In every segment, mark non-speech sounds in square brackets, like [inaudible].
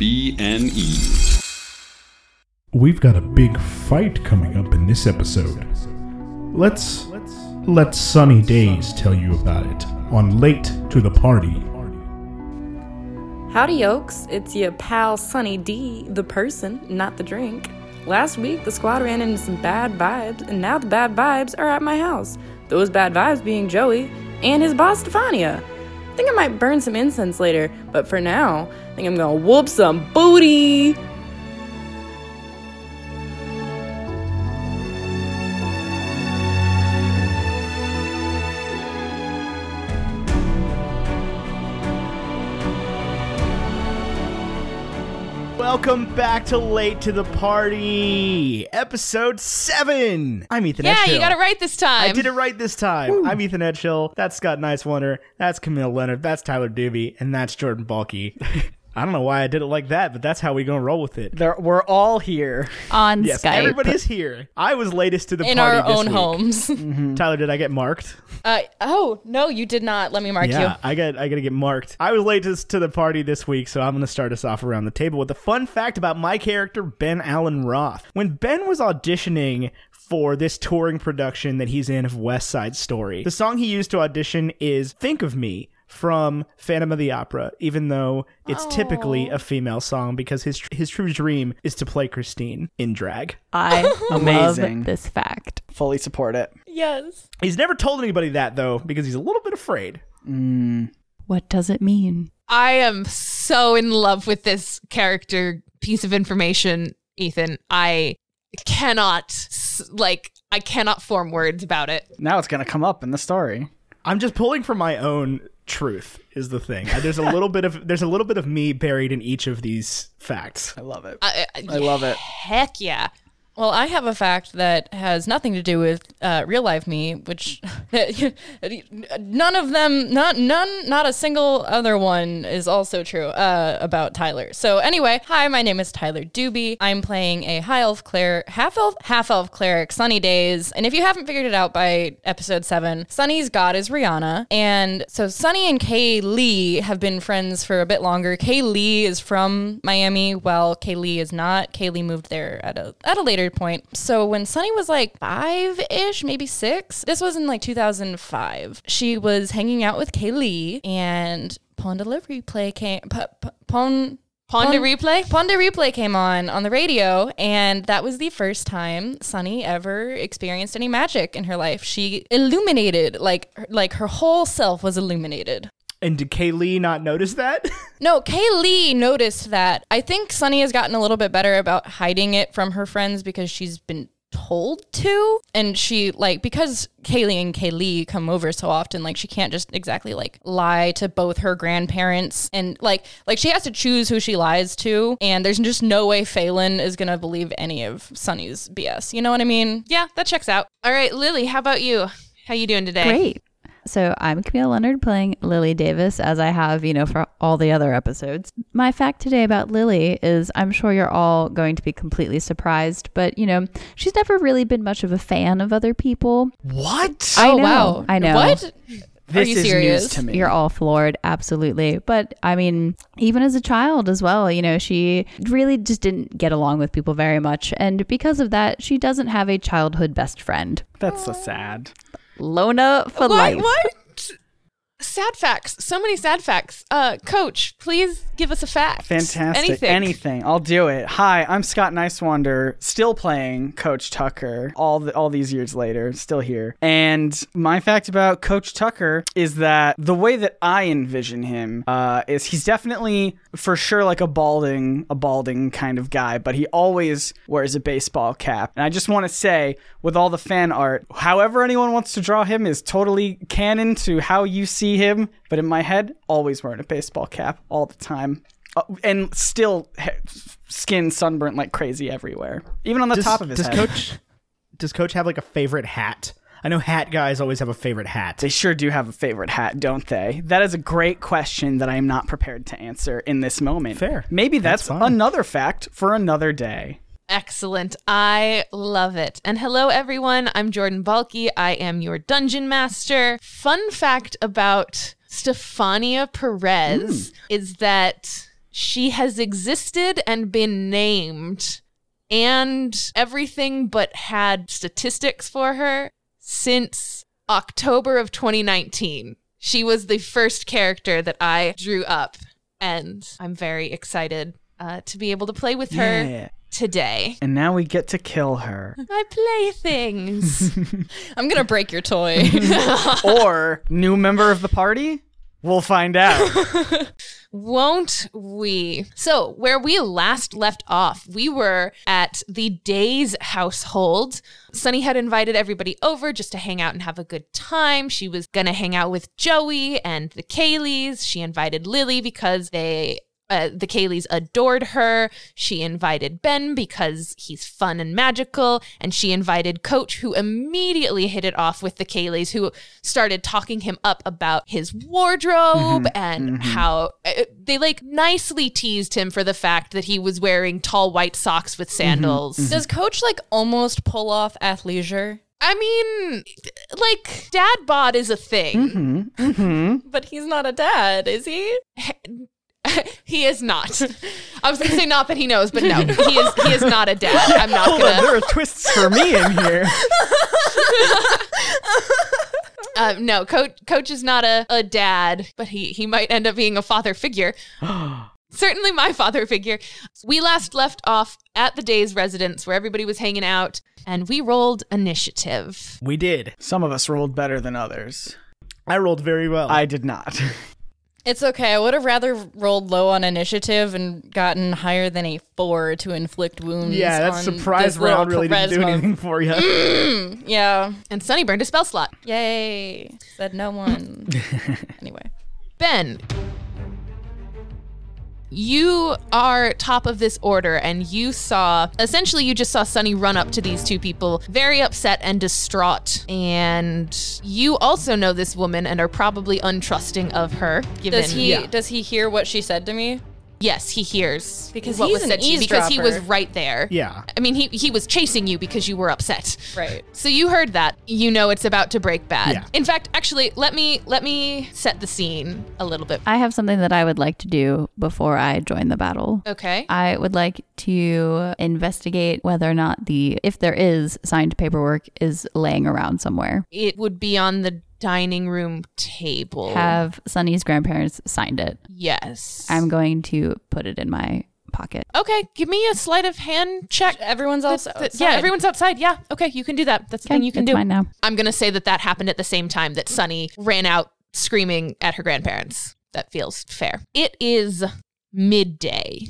WBNE. We've got a big fight coming up in this episode. Let's let Sunny Days tell you about it on Late to the Party. Howdy, Oaks. It's your pal Sunny D, the person, not the drink. Last week, the squad ran into some bad vibes, and now the bad vibes are at my house. Those bad vibes being Joey and his boss, Stefania. I think I might burn some incense later, but for now, I think I'm gonna whoop some booty. Welcome back to Late to the Party, episode seven. I'm Ethan Yeah, Edgehill. you got it right this time. I did it right this time. I'm Ethan Edgehill. That's Scott Nicewander. That's Camille Leonard. That's Tyler Doobie. And that's Jordan [laughs] Balky. I don't know why I did it like that, but that's how we gonna roll with it. They're, we're all here. on Yes, Skype everybody is here. I was latest to the in party our this own week. [laughs] homes. Tyler, did I get marked? Uh, oh no, you did not. Let me mark Yeah, you. I got I gotta get marked. I was latest to the party this week, so I'm gonna start us off around the table with a fun fact about my character Ben Allen Roth. When Ben was auditioning for this touring production that he's in of West Side Story, the song he used to audition is "Think of Me." From Phantom of the Opera, even though it's typically a female song, because his his true dream is to play Christine in drag. I amazing. love this fact. Fully support it. Yes. He's never told anybody that though, because he's a little bit afraid. What does it mean? I am so in love with this character piece of information, Ethan. I cannot s- like I cannot form words about it. Now it's gonna come up in the story. I'm just pulling from my own truth is the thing. Uh, There's a little bit of there's a little bit of me buried in each of these facts. I love it. I, I love it. Heck yeah. Well, I have a fact that has nothing to do with uh, real life me, which [laughs] none of them, not none, not a single other one is also true uh, about Tyler. So anyway, hi, my name is Tyler Doobie. I'm playing a high elf cleric, half elf, half elf cleric, Sunny Days. And if you haven't figured it out by episode seven, Sunny's god is Rihanna, and so Sunny and Kay Lee have been friends for a bit longer. Kay Lee is from Miami, while Kaylee is not. Kaylee moved there at a at a later point. So when Sunny was like five ish, maybe six, this was in like 2005. She was hanging out with Kaylee, and Pond Delivery Play came. P- p- Pond Pond de Replay? Ponda Replay came on on the radio, and that was the first time Sunny ever experienced any magic in her life. She illuminated, like, her- like her whole self was illuminated. And did Kaylee not notice that? No, Kaylee noticed that. I think Sunny has gotten a little bit better about hiding it from her friends because she's been told to. And she, like, because Kaylee and Kaylee come over so often, like, she can't just exactly, like, lie to both her grandparents. And, like, like she has to choose who she lies to. And there's just no way Phelan is going to believe any of Sunny's BS. You know what I mean? Yeah, that checks out. All right, Lily, how about you? How you doing today? Great. So I'm Camille Leonard playing Lily Davis, as I have, you know, for all the other episodes. My fact today about Lily is I'm sure you're all going to be completely surprised, but, you know, she's never really been much of a fan of other people. What? I oh, know, wow. I know. What? this you is serious? news to me. You're all floored, absolutely. But I mean, even as a child as well, you know, she really just didn't get along with people very much. And because of that, she doesn't have a childhood best friend. That's so sad. Lona for What? life. What? Sad facts. So many sad facts. Uh, coach, please give us a fact. Fantastic. Anything. I'll do it. Hi, I'm Scott Nicewander, still playing Coach Tucker all the, all these years later, still here. And my fact about Coach Tucker is that the way that I envision him uh, is he's definitely for sure like a balding a balding kind of guy, but he always wears a baseball cap. And I just want to say with all the fan art, however anyone wants to draw him is totally canon to how you see him, but in my head, always wearing a baseball cap all the time. Uh, and still ha- skin sunburnt like crazy everywhere, even on [laughs] the Does, top of his does head. coach does coach have like a favorite hat? I know hat guys always have a favorite hat. they sure do have a favorite hat, don't they? That is a great question that I am not prepared to answer in this moment. Fair. Maybe That's that's, fine. another fact for another day. Excellent. I love it. And hello, everyone. I'm Jordan Balky. I am your dungeon master. Fun fact about Stefania Perez is that she has existed and been named and everything but had statistics for her since October of 2019. She was the first character that I drew up, and I'm very excited uh, to be able to play with her Yeah. today. And now we get to kill her. My [laughs] playthings. I'm gonna break your toy. or new member of the party? We'll find out. Won't we? So, where we last left off, we were at the Days household. Sunny had invited everybody over just to hang out and have a good time. She was going to hang out with Joey and the Kayleys. She invited Lily because they. Uh, the Kayleys adored her. She invited Ben because he's fun and magical. And she invited Coach, who immediately hit it off with the Kayleys, who started talking him up about his wardrobe and how uh, they like nicely teased him for the fact that he was wearing tall white socks with sandals. Does Coach like almost pull off athleisure? I mean, like, dad bod is a thing. But he's not a dad, is he? [laughs] he is not. I was going to say not that he knows, [laughs] but no, he is. He is not a dad. I'm not Hold on, gonna. there are twists for me in here. Uh, no, coach. Coach is not a, a dad, but he he might end up being a [gasps] father figure. Certainly, my father figure. We last left off at the day's residence where everybody was hanging out, and we rolled initiative. We did. Some of us rolled better than others. I rolled very well. I did not. It's okay. I would have rather rolled low on initiative and gotten higher than a four to inflict wounds. yeah, that on surprise this little round really didn't do charisma. anything for you. [laughs] Yeah. And Sunny burned a spell slot. Yay. Said no [laughs] one. anyway. Ben, you are top of this order, and you saw essentially you just saw Sunny run up to these two people, very upset and distraught. And you also know this woman and are probably untrusting of her. Given Does he does he hear what she said to me? Yes, he hears Because what he's was an said to you because he was eavesdropper. right there. yeah. I mean, he he was chasing you because you were upset. Right. So you heard that. You know it's about to break bad. Yeah. In fact, actually, let me let me set the scene a little bit. I have something that I would like to do before I join the battle. Okay. I would like to investigate whether or not the, if there is signed paperwork, is laying around somewhere. it would be on the dining room table. Have Sunny's grandparents signed it. yes. I'm going to put it in my pocket. okay. Give me a sleight of hand check. Everyone's That's- also that- yeah, everyone's outside. Yeah. Okay, you can do that. That's the Okay, thing you can it's do. mine now. I'm gonna say that that happened at the same time that Sunny ran out screaming at her grandparents. That feels fair. It is midday.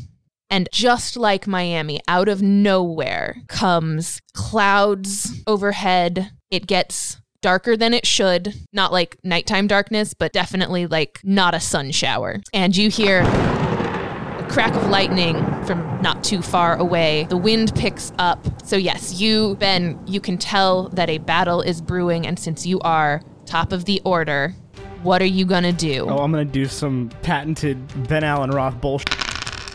And just like Miami, out of nowhere comes clouds overhead. It gets darker than it should. Not like nighttime darkness, but definitely like not a sun shower. And you hear a crack of lightning from not too far away. The wind picks up. So, yes, you, Ben, you can tell that a battle is brewing. And since you are top of the order, what are you going to do? Oh, I'm gonna do some patented Ben Allen Roth bullshit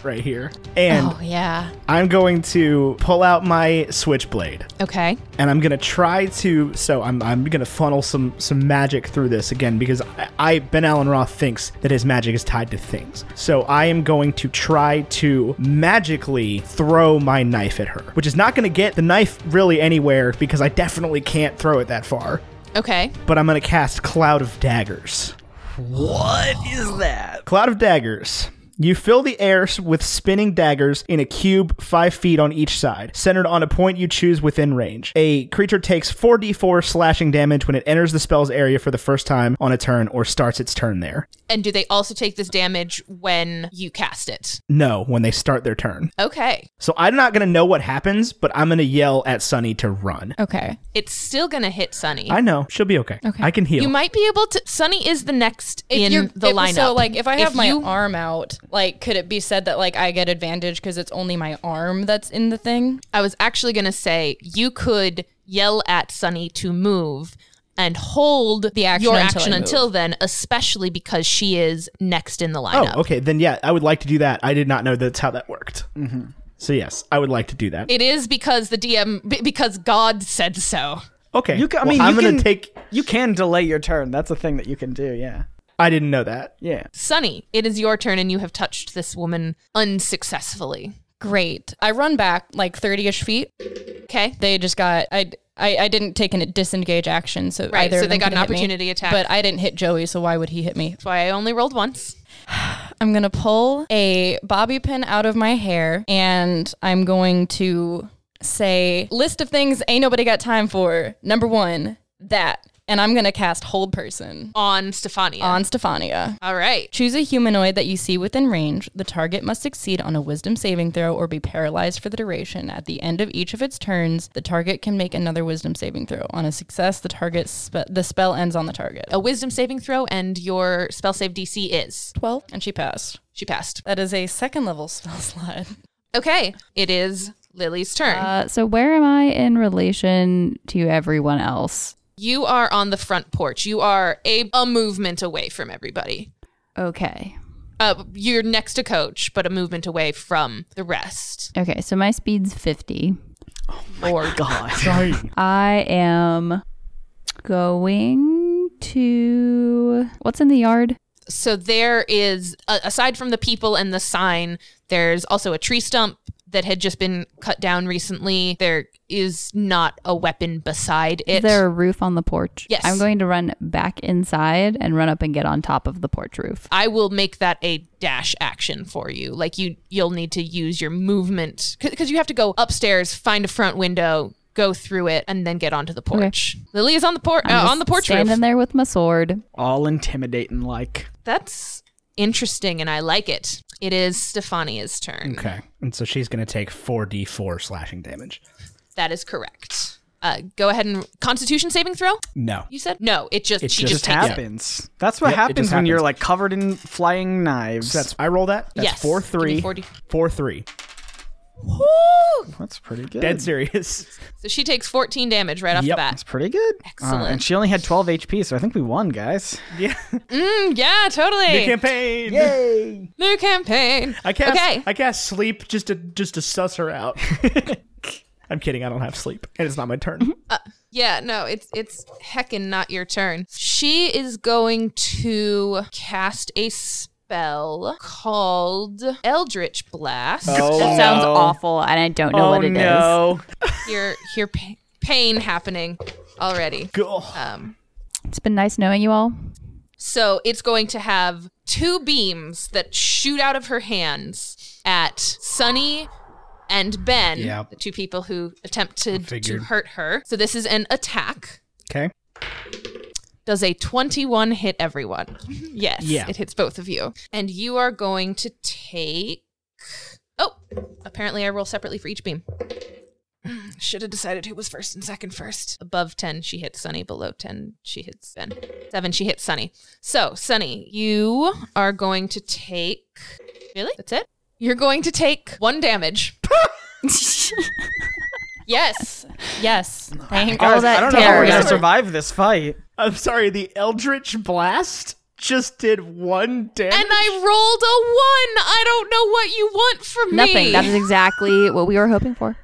right here, and Oh, yeah. I'm going to pull out my switchblade. Okay. and I'm gonna try to. So I'm, I'm gonna funnel some some magic through this again because I, I Ben Allen Roth thinks that his magic is tied to things. So I am going to try to magically throw my knife at her, which is not gonna get the knife really anywhere because I definitely can't throw it that far. Okay. But I'm gonna cast Cloud of Daggers. What is that? Cloud of Daggers. You fill the air s- with spinning daggers in a cube five feet on each side, centered on a point you choose within range. A creature takes 4d4 slashing damage when it enters the spell's area for the first time on a turn or starts its turn there. And do they also take this damage when you cast it? No, when they start their turn. Okay. So I'm not going to know what happens, but I'm going to yell at Sunny to run. Okay. It's still going to hit Sunny. I know. She'll be okay. okay. I can heal. you might be able to. Sunny is the next in you're- the if- lineup. So like if I have my you- arm out, like could it be said that like I get advantage because it's only my arm that's in the thing? I was actually going to say you could yell at Sunny to move and hold The action your until action I move. until then, especially because she is next in the lineup. oh, okay. Then yeah, I would like to do that. I did not know that's how that worked. So yes, I would like to do that. It is because the DM, be- because God said so. okay. You can, I Well, mean, I'm you gonna can- take You can delay your turn. That's a thing that you can do. Yeah. I didn't know that. Yeah. [laughs] Sunny, it is your turn and you have touched this woman unsuccessfully. Great. I run back like 30 ish feet. Okay. They just got, I, I, I didn't take a disengage action. So Right, either so of they them got could an hit me. opportunity attack. But I didn't hit Joey, so why would he hit me? That's why I only rolled once. I'm going to pull a bobby pin out of my hair and I'm going to say, list of things ain't nobody got time for. Number one, that. And I'm going to cast Hold Person On Stefania. on Stefania. All right. Choose a humanoid that you see within range. The target must succeed on a wisdom saving throw or be paralyzed for the duration. At the end of each of its turns, the target can make another wisdom saving throw. On a success, the target spe- the spell ends on the target. A wisdom saving throw and your spell save DC is. 12 and she passed. She passed. That is a second level [laughs] spell slot. Okay. It is Lily's turn. Uh, so where am I in relation to everyone else? you are on the front porch. You are a, a movement away from everybody. Okay. Uh, you're next to coach, but a movement away from the rest. Okay, so my speed's 50. or Sorry. I am going to what's in the yard? so there is a aside from the people and the sign there's also a tree stump that had just been cut down recently there is not a weapon beside Is it there a roof on the porch? Yes. I'm going to run back inside and run up and get on top of the porch roof. i will make that a dash action for you like you you'll need to use your movement because you have to go upstairs find a front window go through it and then get onto the porch lily is on the porch I'm uh, just on the porch standing roof there with my sword. All intimidating like. that's interesting and i like it it is stefania's turn Okay. And so she's going to take 4d4 slashing damage. that is correct uh, go ahead and constitution saving throw No. You said no. It just It she It just, just takes it. happens. That's what Yep, it happens just when you're happens. like covered in flying knives. So that's I roll that. That's Yes. four Give three. me 40. Four three. Woo! That's pretty good. Dead serious. [laughs] So she takes 14 damage right off Yep. the That's bat. pretty good. Uh, Excellent. and she only had 12 HP, so I think we won, guys. Mm, yeah, totally. New campaign. Yay! New campaign. I cast Okay. I cast sleep just to just to suss her out. I'm kidding, I don't have sleep. And it's not my turn. yeah, no, it's it's heckin' not your turn. She is going to cast a spell called Eldritch Blast. that sounds awful, and I don't know Oh what it is. no! Hear hear pa- pain happening already. Go. Um, It's been nice knowing you all. So it's going to have two beams that shoot out of her hands at Sunny and Ben, Yeah. the two people who attempt to, to figured. hurt her. So this is an attack. Okay. Does a 21 hit everyone? yes, Mm-hmm. Yeah. it hits both of you. And you are going to take. Oh, apparently I roll separately for each beam. Should have decided who was first and second first. Above 10, she hits Sunny. Below 10, she hits Ben. 7, she hits Sunny. So, Sunny, you are going to take. Really? That's it? You're going to take one damage. yes. Yes. Thank All Guys, that I don't know how terror. we're gonna survive this fight. I'm sorry, the Eldritch Blast just did one damage. And I rolled a 1. I don't know what you want from me. Nothing. That is exactly what we were hoping for.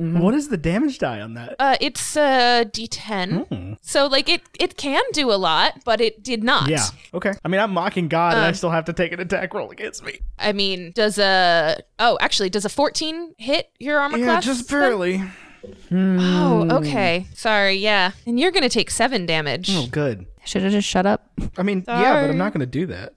What is the damage die on that? Uh, it's a D10. So like it it can do a lot, but it did not. yeah. Okay. I mean, I'm mocking God, Um, and I still have to take an attack roll against me. I mean, does a oh actually does a 14 hit your armor class? then? Oh, okay. Sorry. Yeah, and you're gonna take seven damage. Oh, good. Should have just shut up. I mean, yeah, but I'm not going to do that.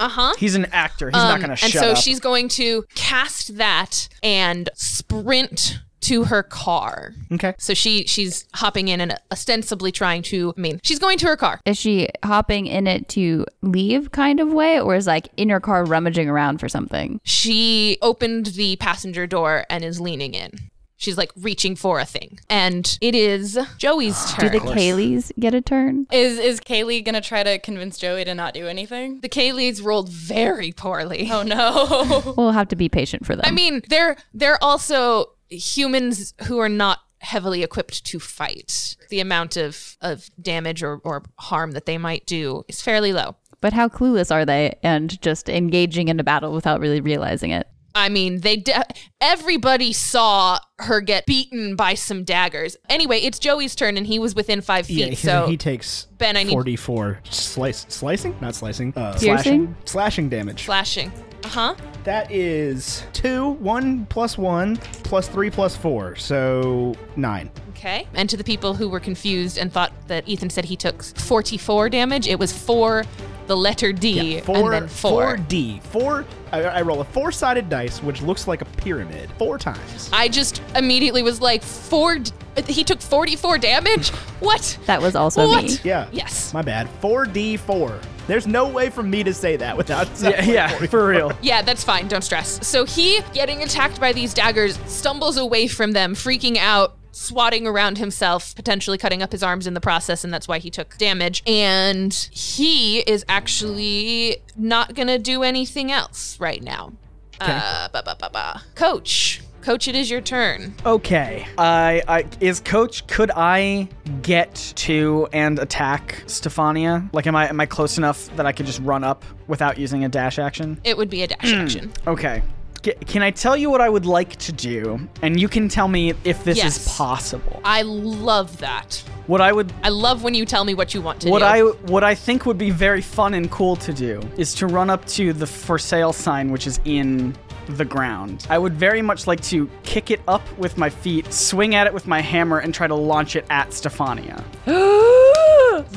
Uh huh. He's an actor. He's not gonna shut Um, and so up. she's going to cast that and sprint to her car. okay. So she she's hopping in and ostensibly trying to. I mean, she's going to her car. Is she hopping in it to leave kind of way, or is like in her car rummaging around for something? she opened the passenger door and is leaning in. She's like reaching for a thing. And it is Joey's Do turn. the Kayleys get a turn? Is is Kaylee gonna try to convince Joey to not do anything? the Kaylees rolled very poorly. Oh [laughs] no. We'll have to be patient for them. I mean, they're they're also humans who are not heavily equipped to fight. The amount of, of damage or, or harm that they might do is fairly low. but how clueless are they and just engaging in a battle without really realizing it? I mean, they de- everybody saw her get beaten by some daggers. Anyway, it's Joey's turn, and he was within five feet. he, so he takes Ben, I need- 44 slice, slicing, not slicing, uh, Piercing? slashing, slashing damage. flashing. Uh huh. that is two, one plus one plus three plus four, so nine. Okay. And to the people who were confused and thought that Ethan said he took 44 damage, it was four, the letter D, and then four. D, four. I, I roll a four-sided dice, which looks like a pyramid, four times. I just immediately was like, four. d- He took 44 damage? [laughs] What? That was also what? me. yeah. Yes. My bad. Four D four. There's no way for me to say that without. [laughs] [laughs] Yeah, yeah, for real. Yeah, that's fine. Don't stress. So he, getting attacked by these daggers, stumbles away from them, freaking out, swatting around himself, potentially cutting up his arms in the process, and that's why he took damage. And he is actually not going to do anything else right now. Uh, ba, ba, ba, ba. Coach, coach, it is your turn. Okay. I, I is coach. Could I get to and attack Stefania? Like, am I am I close enough that I could just run up without using a dash action? It would be a dash Hmm. action. Okay. G- can I tell you what I would like to do, and you can tell me if this is Yes. possible? I love that. What I would I love when you tell me what you want to what do. I what I think would be very fun and cool to do is to run up to the for sale sign which is in the ground. I would very much like to kick it up with my feet, swing at it with my hammer, and try to launch it at [gasps] Stefania.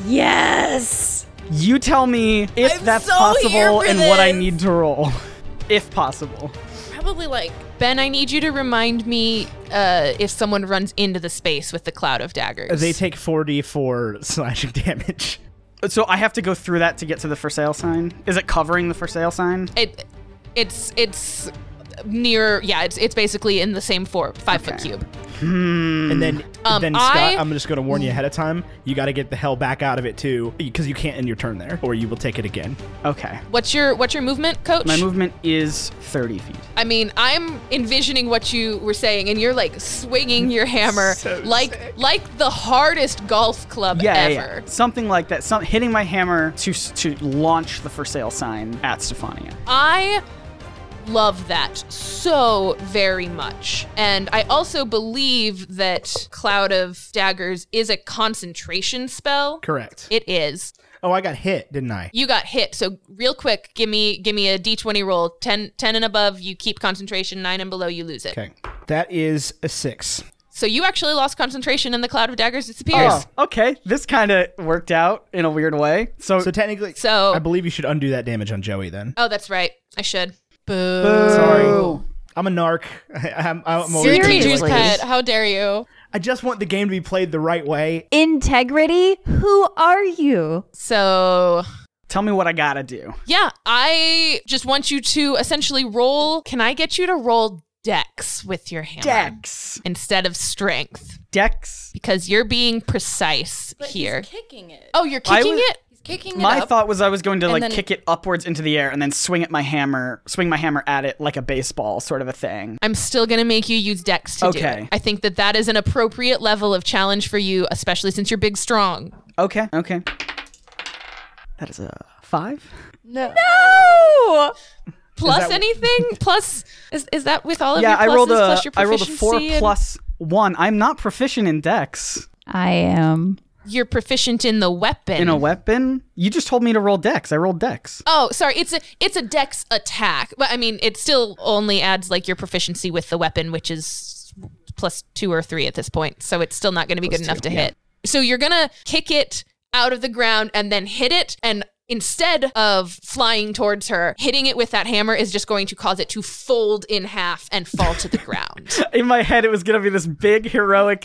Yes. You tell me if I'm that's so here possible for and what I this. need to roll. [laughs] if possible. probably like Ben. I need you to remind me uh, if someone runs into the space with the cloud of daggers. They take four D four slashing damage. So I have to go through that to get to the for sale sign. Is it covering the for sale sign? it. It's it's near. Yeah, it's it's basically in the same four five foot cube. And then, Um, then Scott, I- I'm just going to warn you ahead of time. You got to get the hell back out of it too, because you can't end your turn there, or you will take it again. Okay. What's your what's your movement, Coach? My movement is 30 feet. I mean, I'm envisioning what you were saying, and you're like swinging [laughs] your hammer like like the hardest golf club Yeah, ever. yeah, yeah. something like that. Some hitting my hammer to s- to launch the for sale sign at Stefania. Oh. I love that so very much. And I also believe that Cloud of Daggers is a concentration spell. Correct. It is. oh, I got hit, didn't I? You got hit. So real quick, give me give me a d20 roll. 10 10 and above, you keep concentration. 9 and below, you lose it. Okay, that is a six. So you actually lost concentration and the Cloud of Daggers disappears. Ah. Oh, okay. This kind of worked out in a weird way. So, So technically, Oh, So- I believe you should undo that damage on Joey. Then Oh, that's right. I should. sorry, I'm a narc. [laughs] I, am I'm always Seriously? gonna be Teacher's like pet. this. How dare you? I just want the game to be played the right way. Integrity? Who are you? So tell me what I gotta do. Yeah, I just want you to essentially roll. Can I get you to roll dex with your hammer Dex. instead of strength Dex. because you're being precise here? kicking it. Oh, you're I kicking was- it. He's kicking My it up. thought was I was going to And like then- kick it upwards into the air and then swing at my hammer, swing my hammer at it like a baseball sort of a thing. I'm still gonna make you use dex to do Okay. it. I think that that is an appropriate level of challenge for you, especially since you're big, strong. Okay. Okay. That is a five. no. Oh! Plus [laughs] anything? plus is, is that with all of yeah, your pluses I rolled a plus your I rolled a four proficiency and- plus one. I'm not proficient in Dex. I am. You're proficient in the weapon. in a weapon? You just told me to roll dex. I rolled dex. Oh, sorry. It's a it's a dex attack, but I mean it still only adds like your proficiency with the weapon, which is plus two or three at this point. So it's still not going to be good enough to hit. So you're gonna kick it out of the ground and then hit it and. Instead of flying towards her, hitting it with that hammer is just going to cause it to fold in half and fall to the ground. In my head, it was going to be this big heroic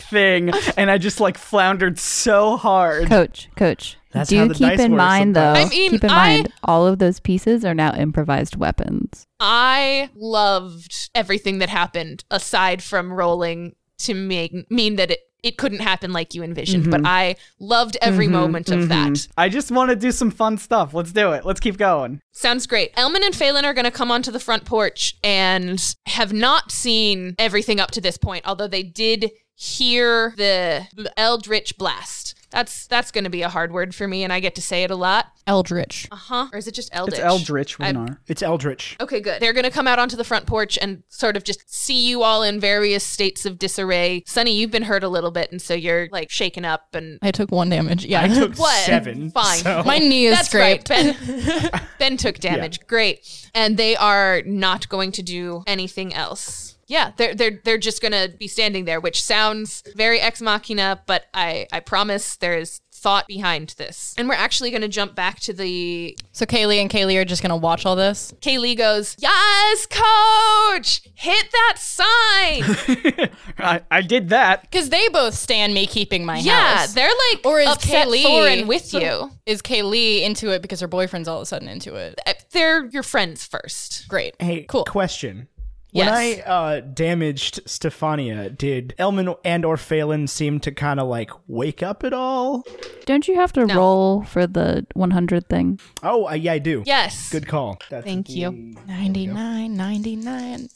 [laughs] thing, and I just like floundered so hard. Coach, coach. That's how do the keep dice in work mind, though. sometimes. I mean, keep in I- mind, all of those pieces are now improvised weapons. I loved everything that happened aside from rolling to make, mean that it, it couldn't happen like you envisioned, but Mm-hmm. I loved every moment of that. I just want to do some fun stuff. Let's do it. Let's keep going. Sounds great. Elman and Phelan are going to come onto the front porch and have not seen everything up to this point, although they did hear the eldritch blast. That's that's going to be a hard word for me, and I get to say it a lot. Eldritch. Uh huh. Or is it just eldritch? It's Eldritch with an I- R. It's Eldritch. Okay, good. They're going to come out onto the front porch and sort of just see you all in various states of disarray. Sunny, you've been hurt a little bit, and so you're like shaken up and. I took one damage. Yeah. I Took What? seven. [laughs] Fine. so- My knee is That's scraped. right. Ben, [laughs] ben took damage. Great. And they are not going to do anything else. Yeah, they're they're they're just gonna be standing there, which sounds very ex machina, but I I promise there is thought behind this. And we're actually gonna jump back to the [laughs] So Kaylee and Kaylee are just gonna watch all this. Kaylee goes, Yes, coach! Hit that [laughs] sign. I, I did that. Cause they both stand me keeping my yeah, house. they're like or is upset Kaylee for and with you. Is Kaylee into it because her boyfriend's all of a sudden into it? Uh, They're your friends first. Great. Hey, cool. question. Yes. When I uh, damaged Stefania, did Elman and or Phelan seem to kind of like wake up at all? Don't you have to No. roll for the 100 thing? Oh, uh, yeah, I do. Yes. Good call. That's Thank you. 99, 99.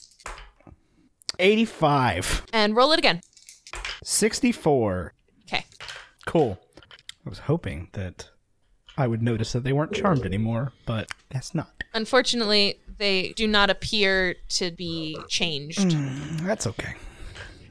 85. And roll it again. 64. Okay. Cool. I was hoping that I would notice that they weren't charmed anymore, but that's not. Unfortunately, they do not appear to be changed. Mm. That's okay.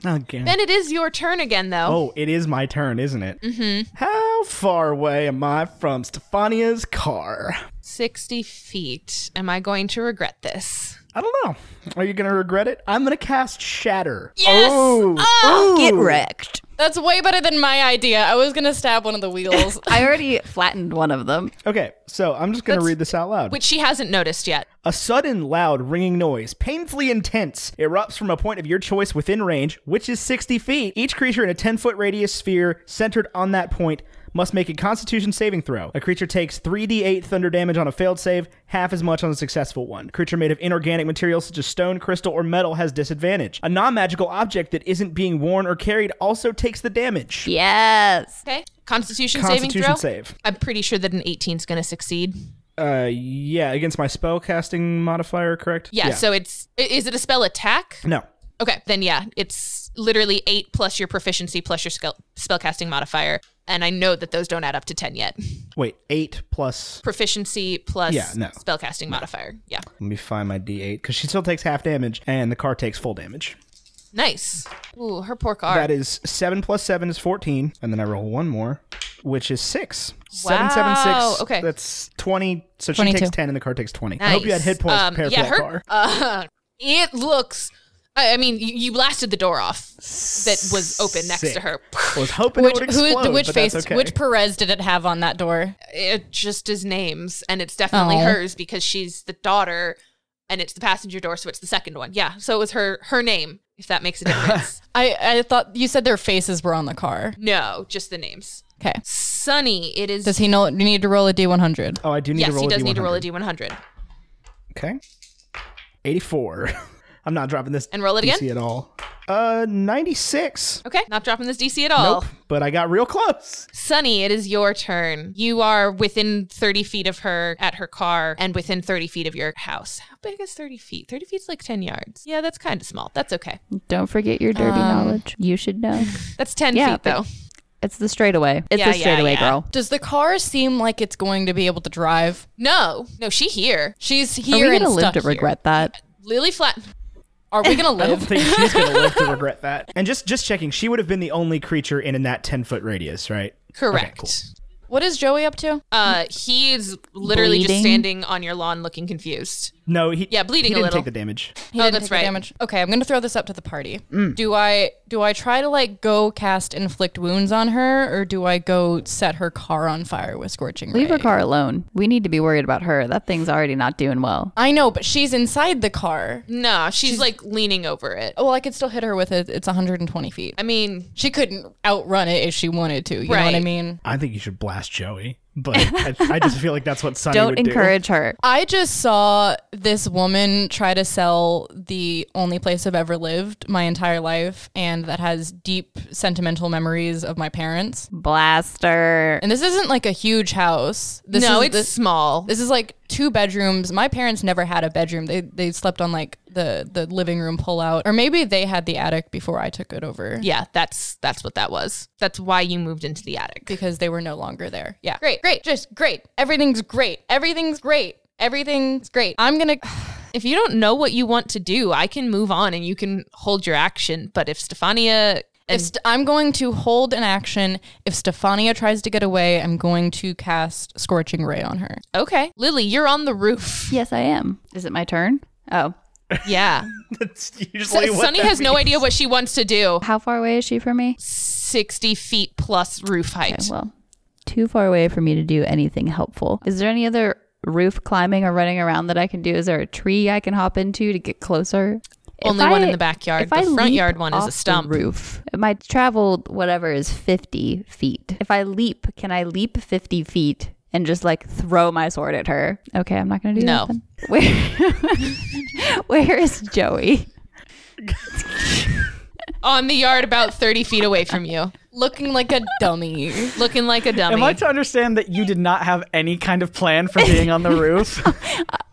Again. Then it is your turn again, though. Oh, it is my turn, isn't it? Mm-hmm. How far away am I from Stefania's car? 60 feet. Am I going to regret this? I don't know. Are you gonna regret it? I'm gonna cast Shatter. Oh. Yes! Ah! Get wrecked. That's way better than my idea. I was gonna stab [laughs] one of the wheels. I already flattened one of them. Okay, so I'm just gonna read this out loud. Which she hasn't noticed yet. A sudden, loud, ringing noise, painfully intense, erupts from a point of your choice within range, which is 60 feet. Each creature in a 10 foot radius sphere centered on that point must make a constitution saving throw. A creature takes 3d8 thunder damage on a failed save, half as much on a successful one. A creature made of inorganic materials such as stone, crystal, or metal has disadvantage. A non magical object that isn't being worn or carried also takes the damage. Yes. Okay. Constitution, saving Constitution throw? save. I'm pretty sure that an 18 is going to succeed. Uh, yeah, against my spell casting modifier, correct? Yeah, so it's. i- Is it a spell attack? No. Okay, then yeah, it's literally 8 plus your proficiency plus your spell spellcasting modifier. And I know that those don't add up to 10 yet. Wait, 8 plus Proficiency plus Yeah, no. spellcasting modifier. Yeah. Let me find my D8 because she still takes half damage and the car takes full damage. Nice. Ooh, her poor car. That is 7 plus 7 is 14. And then I roll one more, which is 6. Seven, seven, six. Wow, okay. That's 20. So she 22. takes 10 and the car takes 20. I hope you had Nice. hit points Um, prepared yeah, for that her- car. Uh, it looks. I I mean, you, you blasted the door off that was open next to Sick. her. I was hoping which it would explode, who, which but face, that's okay. which Perez did it have on that door? It just is names, and it's definitely Oh. hers because she's the daughter, and it's the passenger door, so it's the second one. Yeah, so it was her her name, if that makes a difference. I, I thought you said their faces were on the car. no, just the names. Okay. Sunny, it is. Does he know? You need to roll a d100. oh, I do need yes, to roll he a does need to roll a D100. d100 Okay. 84. [laughs] I'm not dropping this and roll it again. DC at all. Uh, 96. Okay, not dropping this DC at all. Nope. But I got real [laughs] close. Sunny, it is your turn. You are within 30 feet of her at her car and within 30 feet of your house. How big is 30 feet? 30 feet's like 10 yards. Yeah, that's kind of small. That's okay. Don't forget your derby Um, knowledge. You should know. That's 10 Yeah, feet, but- though. It's the straightaway. It's Yeah, the yeah, straightaway, yeah. girl. Does the car seem like it's going to be able to drive? No, no, she here. She's Are here we and gonna live stuck to here. regret that? Lily Flat. Are we gonna [laughs] I don't live? think she's gonna live to regret that. And just just checking, she would have been the only creature in, in that ten foot radius, right? Correct. what is Joey up to? Uh, he is literally just Bleeding? standing on your lawn looking confused. No, he Yeah, bleeding he a didn't little. take the damage. He Oh, didn't that's take the right. Damage. Okay, I'm gonna throw this up to the party. Mm. Do I do I try to like go cast inflict wounds on her, or do I go set her car on fire with scorching? Leave her ray? car alone. We need to be worried about her. That thing's already not doing well. I know, but she's inside the car. No, she's, like leaning over it. Well, I could still hit her with it. It's 120 feet. I mean, She couldn't outrun it if she wanted to. You know what I Right. mean? I think you should blast Joey, but I, I just feel like that's what Sunny Don't would [laughs] encourage her. I just saw this woman try to sell the only place I've ever lived my entire life, and that has deep sentimental memories of my parents. Blaster. And this isn't like a huge house. This no, is, it's this, small. this is like two bedrooms. My parents never had a bedroom. They they slept on like the the living room pull out, or maybe they had the attic before I took it over. Yeah, that's that's what that was. That's why you moved into the attic. because they were no longer there. Yeah. Great, great, just great. Everything's great. Everything's great. Everything's great. I'm gonna [sighs] If you don't know what you want to do, I can move on and you can hold your action. But if Stefania if and st- I'm going to hold an action. If Stefania tries to get away, I'm going to cast Scorching Ray on her. okay, Lily, you're on the [laughs] roof. Yes, I am. Is it my turn? Oh, Yeah, Usually what Sunny that has no means. idea what she wants to do. how far away is she from me? Sixty feet plus roof height. Okay, well, too far away for me to do anything helpful. Is there any other roof climbing or running around that I can do? Is there a tree I can hop into to get closer? If Only one in I- the backyard. if The I front leap yard one is a off the stump. roof. My traveled whatever is fifty feet. If I leap, can I leap fifty feet and just like throw my sword at her? Okay, I'm not gonna do No. that. then. Where where [laughs] is Joey? on the yard about 30 feet away from you, Looking like [laughs] a dummy. looking like a dummy. Am I to understand that you did not have any kind of plan for being [laughs] on the roof?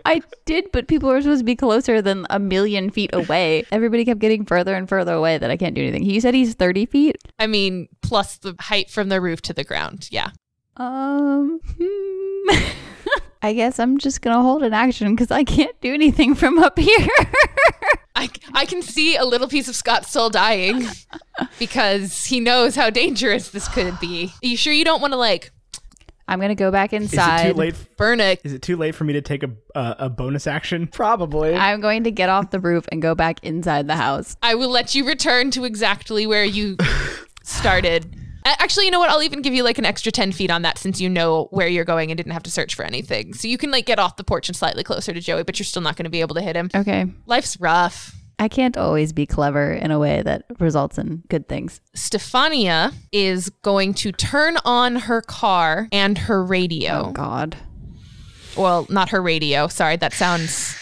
I did, but people were supposed to be closer than a million feet away. Everybody kept getting further and further away that I can't do anything. You said he's 30 feet? I mean, plus the height from the roof to the ground. Yeah. Um, hmm. [laughs] I guess I'm just going to hold an action because I can't do anything from up [laughs] here. I, I can see a little piece of Scott's soul dying because he knows how dangerous this could be. Are you sure you don't want to like I'm going to go back Is it inside. too late? burn a Is it too late for me to take a uh, a bonus action? Probably. I'm going to get off the roof and go back inside the house. I will let you return to exactly where you started. A- Actually, you know what? I'll even give you like an extra 10 feet on that since you know where you're going and didn't have to search for anything. So you can like get off the porch and slightly closer to Joey, but you're still not going to be able to hit him. Okay. Life's rough. I can't always be clever in a way that results in good things. Stefania is going to turn on her car and her radio. Oh, God. Well, not her radio. Sorry, that sounds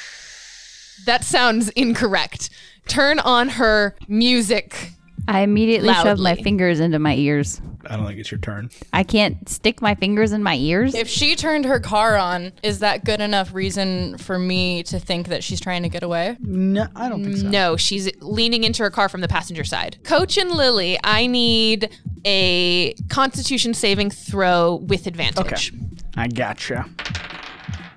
that sounds incorrect. Turn on her music. I immediately shoved my Loudly. fingers into my ears. I don't think it's your turn. I can't stick my fingers in my ears. If she turned her car on, is that good enough reason for me to think that she's trying to get away? no, I don't think so. No, she's leaning into her car from the passenger side. Coach and Lily, I need a constitution saving throw with advantage. I gotcha.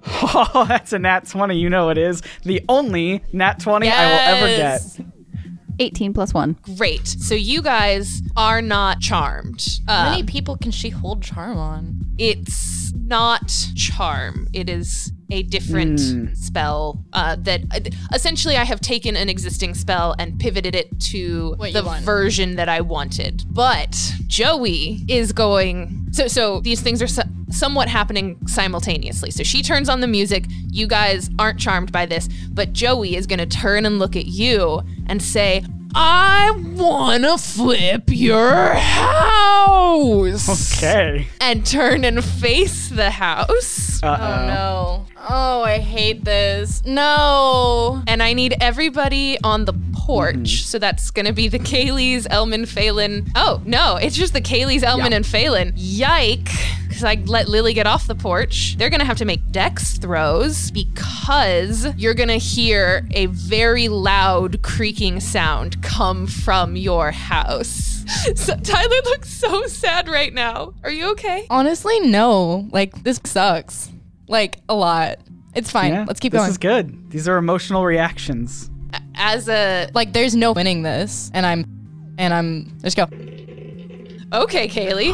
[laughs] Oh, that's a nat 20. You know it is. The only nat 20 I will ever Yes. get. 18 plus 1. Great. So you guys are not charmed. How Uh, many people can she hold charm on? it's not charm it is a different spell uh, that essentially i have taken an existing spell and pivoted it to What the you want. version that i wanted but joey is going so so these things are so- somewhat happening simultaneously so she turns on the music you guys aren't charmed by this but joey is going to turn and look at you and say I wanna flip your house Okay. and turn and face the house. Oh no. Oh, I hate this. No. and I need everybody on the porch. So that's going to be the Kaylees, Elman, Phelan. Oh, no, it's just the Kaylees, Elman, and Phelan. Yike. Because I let Lily get off the porch. They're going to have to make dex throws because you're going to hear a very loud creaking sound come from your house. [laughs] So, Tyler looks so sad right now. Are you okay? Honestly, no. Like this sucks. Like a lot. It's fine. Yeah, Let's keep this going. This is good. These are emotional reactions. As a like there's no winning this and i'm and i'm let's go Okay, [laughs] Kaylee.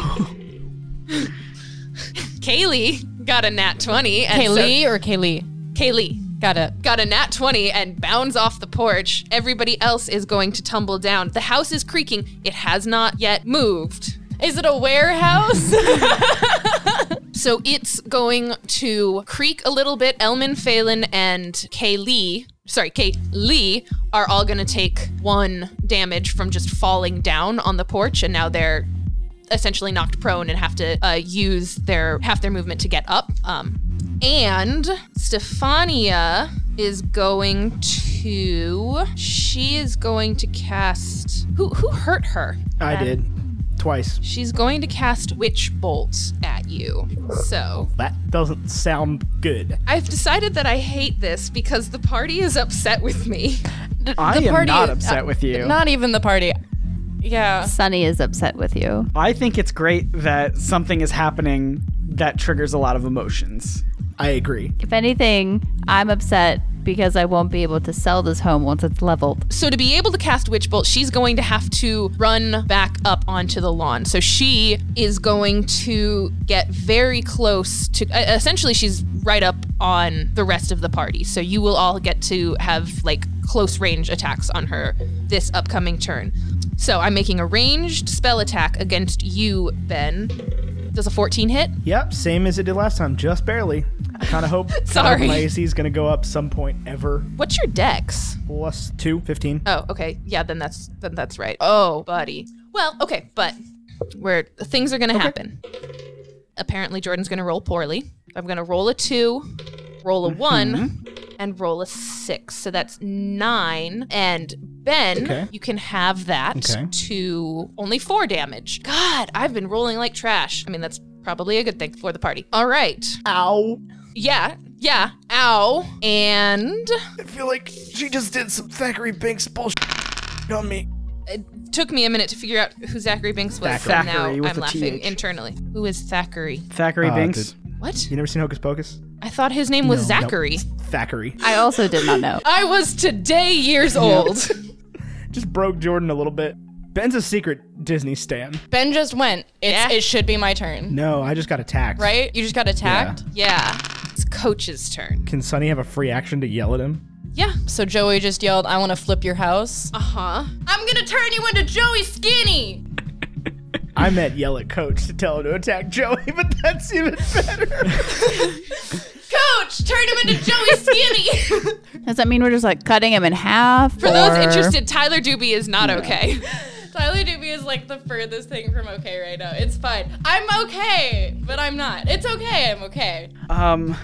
Kaylee got a nat 20 and kaylee or kaylee so- Kaylee got it got a nat 20 and bounds off the porch. Everybody else is going to tumble down. The house is creaking. It has not yet moved. is it a warehouse [laughs] [laughs] So it's going to creak a little bit. Elman, Phelan, and Kaylee, sorry, Kaylee, are all going to take one damage from just falling down on the porch, and now they're essentially knocked prone and have to uh, use their half their movement to get up. Um, and Stefania is going to. She is going to cast. Who who hurt her? I did. twice. She's going to cast Witch Bolt at you. So That doesn't sound good. I've decided that I hate this because the party is upset with me. [laughs] D- I am not upset with you. uh, Not even the party. Yeah. Sunny is upset with you. I think it's great that something is happening that triggers a lot of emotions. I agree. If anything, I'm upset because I won't be able to sell this home once it's leveled. So to be able to cast Witch Bolt, she's going to have to run back up onto the lawn. So she is going to get very close to. uh, Essentially, she's right up on the rest of the party. So you will all get to have like close range attacks on her this upcoming turn. So I'm making a ranged spell attack against you, Ben. Does a 14 hit? Yep, same as it did last time, just barely. I kind of hope Sorry. Lazy's going to go up some point ever. What's your dex? Plus two, 15. Oh, okay. Yeah, then that's then that's right. Oh, buddy. Well, okay, but where things are gonna happen. Apparently Jordan's gonna roll poorly. I'm gonna roll a two, roll a one, Mm-hmm. and roll a six. So that's nine. And Ben, Okay. you can have that Okay. to only four damage. God, I've been rolling like trash. I mean, that's probably a good thing for the party. All right. Ow. Yeah. Yeah. Ow. And I feel like she just did some Thackeray Banks bullshit on me. It took me a minute to figure out who Zachary Binks was. so Thackeray. now Thackeray with I'm a laughing TH. internally. Who is Thackeray? Thackeray Binks. What? You never seen Hocus Pocus? I thought his name was Nope. Zachary. Thackeray. I also did not know. I was today years old. [laughs] Just broke Jordan a little bit. Ben's a secret Disney stan. Ben just went. It's, Yeah. It should be my turn. No, I just got attacked. Right? You just got attacked. yeah. It's Coach's turn. Can Sonny have a free action to yell at him? Yeah. So Joey just yelled, I want to flip your house. Uh huh. I'm gonna turn you into Joey Skinny. [laughs] I meant yell at Coach to tell him to attack Joey, [laughs] but that's even better. Coach, turn him into Joey [laughs] Skinny. Does that mean we're just like cutting him in half? For those interested, Tyler Doobie is not okay. [laughs] Tyler Doobie is like the furthest thing from okay right now. It's fine. I'm okay, but I'm not. It's okay. I'm okay. Um,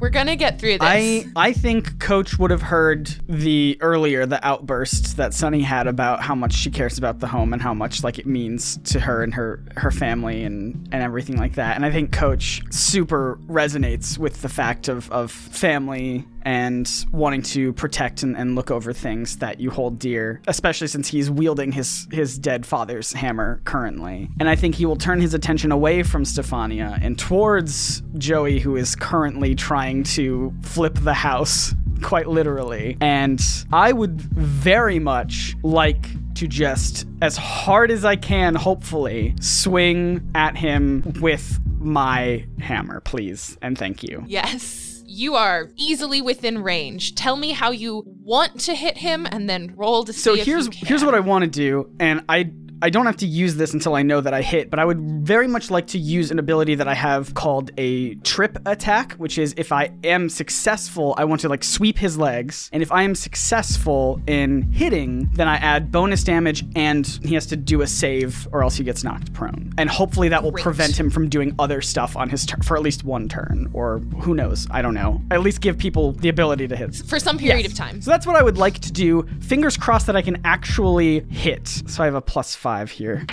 We're gonna get through this. I I think Coach would have heard the earlier the outbursts that Sunny had about how much she cares about the home and how much like it means to her and her her family and and everything like that. And I think Coach super resonates with the fact of of family and wanting to protect and, and look over things that you hold dear, especially since he's wielding his his dead father's hammer currently. And I think he will turn his attention away from Stefania and towards Joey, who is currently trying to flip the house, quite literally. And I would very much like to just, as hard as I can, hopefully, swing at him with my hammer, please. And thank you. Yes. You are easily within range. Tell me how you want to hit him and then roll to see so if here's you can. here's what I want to do, and I I don't have to use this until I know that I hit, but I would very much like to use an ability that I have called a trip attack, which is if I am successful, I want to like sweep his legs, and if I am successful in hitting, then I add bonus damage, and he has to do a save or else he gets knocked prone, and hopefully that will Great. prevent him from doing other stuff on his turn for at least one turn, or who knows, I don't know. At least give people the ability to hit. for some period of time. So that's what I would like to do. Fingers crossed that I can actually hit. So I have a plus five here.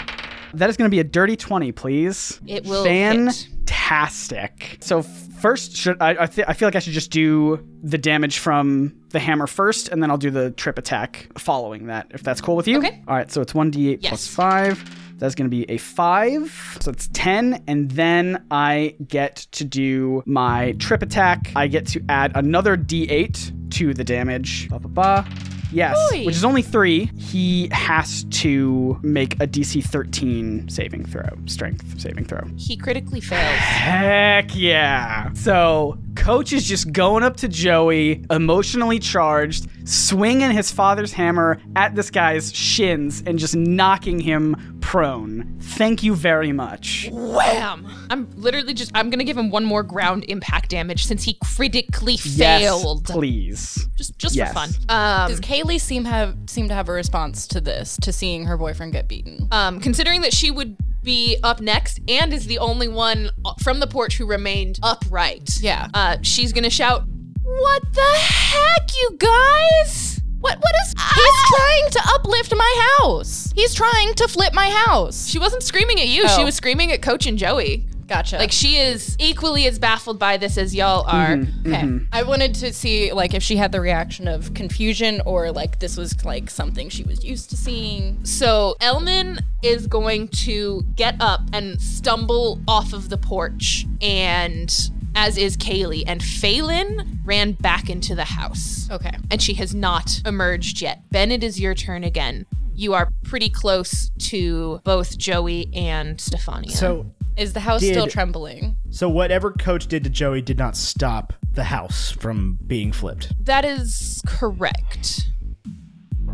That is going to be a dirty 20, please. It will hit. Fantastic. So first, should I, I, thi- I feel like I should just do the damage from the hammer first, and then I'll do the trip attack following that, if that's cool with you. Okay. All right, so it's 1d8 Yes. plus 5. That's going to be a 5. So it's 10. And then I get to do my trip attack. I get to add another d8 to the damage. Ba ba ba. Yes, Oy. which is only three. He has to make a DC 13 saving throw, strength saving throw. He critically fails. Heck yeah. So, Coach is just going up to Joey, emotionally charged, swinging his father's hammer at this guy's shins and just knocking him prone. Thank you very much. Wham! I'm literally just I'm gonna give him one more ground impact damage since he critically Yes, failed. please. just just Yes. for fun. Um, Does Kaylee seem have seem to have a response to this, to seeing her boyfriend get beaten? um, considering that she would be up next and is the only one from the porch who remained upright. Yeah. Uh, she's gonna shout, "What the heck, you guys!" What? What is? He's trying to uplift my house. He's trying to flip my house. She wasn't screaming at you. She Oh. was screaming at Coach and Joey. Gotcha. Like she is equally as baffled by this as y'all are. Okay. I wanted to see like if she had the reaction of confusion or like this was like something she was used to seeing. So Elman is going to get up and stumble off of the porch, and as is Kaylee. And Phelan ran back into the house. Okay. And she has not emerged yet. Ben, it is your turn again. You are pretty close to both Joey and Stefania. So, Is the house still Did- trembling? so whatever Coach did to Joey did not stop the house from being flipped. That is correct.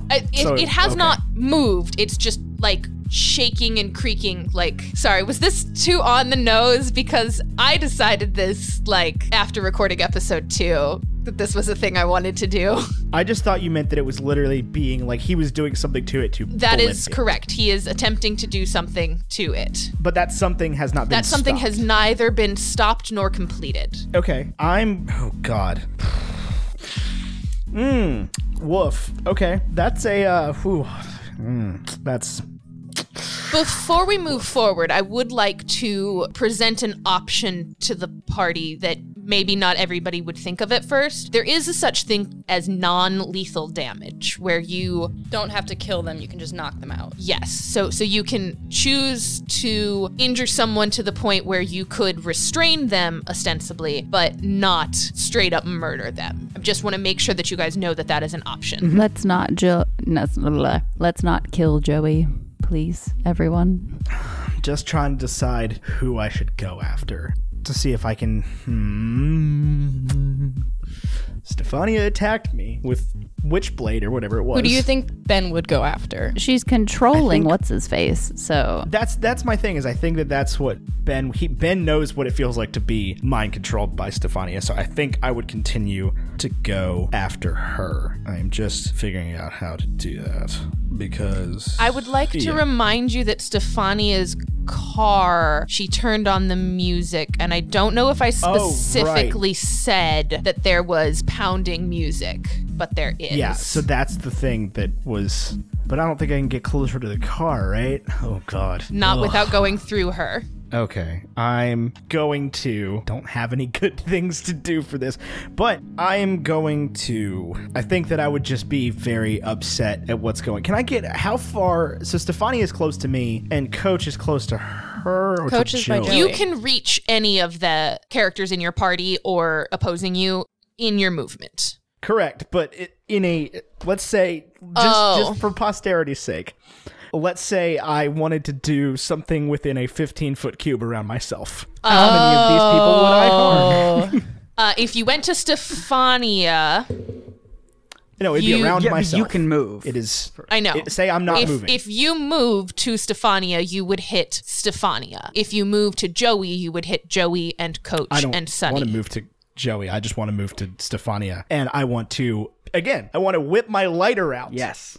I- It, So, it has okay. not moved. It's just like shaking and creaking. Like, sorry, was this too on the nose? Because I decided this, like, after recording episode two, that this was a thing I wanted to do. [laughs] I just thought you meant that it was literally being like he was doing something to it to. That flip is it. correct. He is attempting to do something to it. But that something has not been. That something has stopped. neither been stopped nor completed. Okay, I'm. Oh God. Mmm. Woof. Okay, that's a. Uh, whew. Mm, that's. Before we move forward, I would like to present an option to the party that maybe not everybody would think of at first. There is a such thing as non lethal damage, where you Don't have to kill them. You can just knock them out. Yes. So so you can choose to injure someone to the point where you could restrain them ostensibly, but not straight up murder them. I just want to make sure that you guys know that that is an option. Let's not jo- no, blah, blah. let's not kill Joey, please, everyone. Just trying to decide who I should go after to see if I can. Hmm. Stefania attacked me with witch blade or whatever it was. Who do you think Ben would go after? She's controlling what's his face, so That's that's my thing is I think that that's what Ben he Ben knows what it feels like to be mind controlled by Stefania, so I think I would continue to go after her. I'm just figuring out how to do that because I would like to Yeah. remind you that Stefania's car, she turned on the music, and I don't know if I Oh, right. specifically said that there was pounding music, but there is. yeah, so that's the thing that was. But I don't think I can get closer to the car, right? Oh God. not Ugh. without going through her. Okay, I'm going to. Don't have any [laughs] good things to do for this, but I am going to. I think that I would just be very upset at what's going. Can I get how far? So Stefani is close to me, and Coach is close to her. Or Coach to is my Joey? Joey. You can reach any of the characters in your party or opposing you in your movement. Correct, but it, in a let's say just, Oh. just for posterity's sake, let's say I wanted to do something within a 15 foot cube around myself. How many of these people would I Oh. harm? Uh, if you went to Stefania, No, it'd You- be around Yeah, but myself. you can move. It is. I know. It- say I'm not if, moving. If you move to Stefania, you would hit Stefania. If you move to Joey, you would hit Joey and Coach I don't and want Sunny. to move to Joey. I just want to move to Stefania, and I want to again. I want to whip my lighter out. Yes.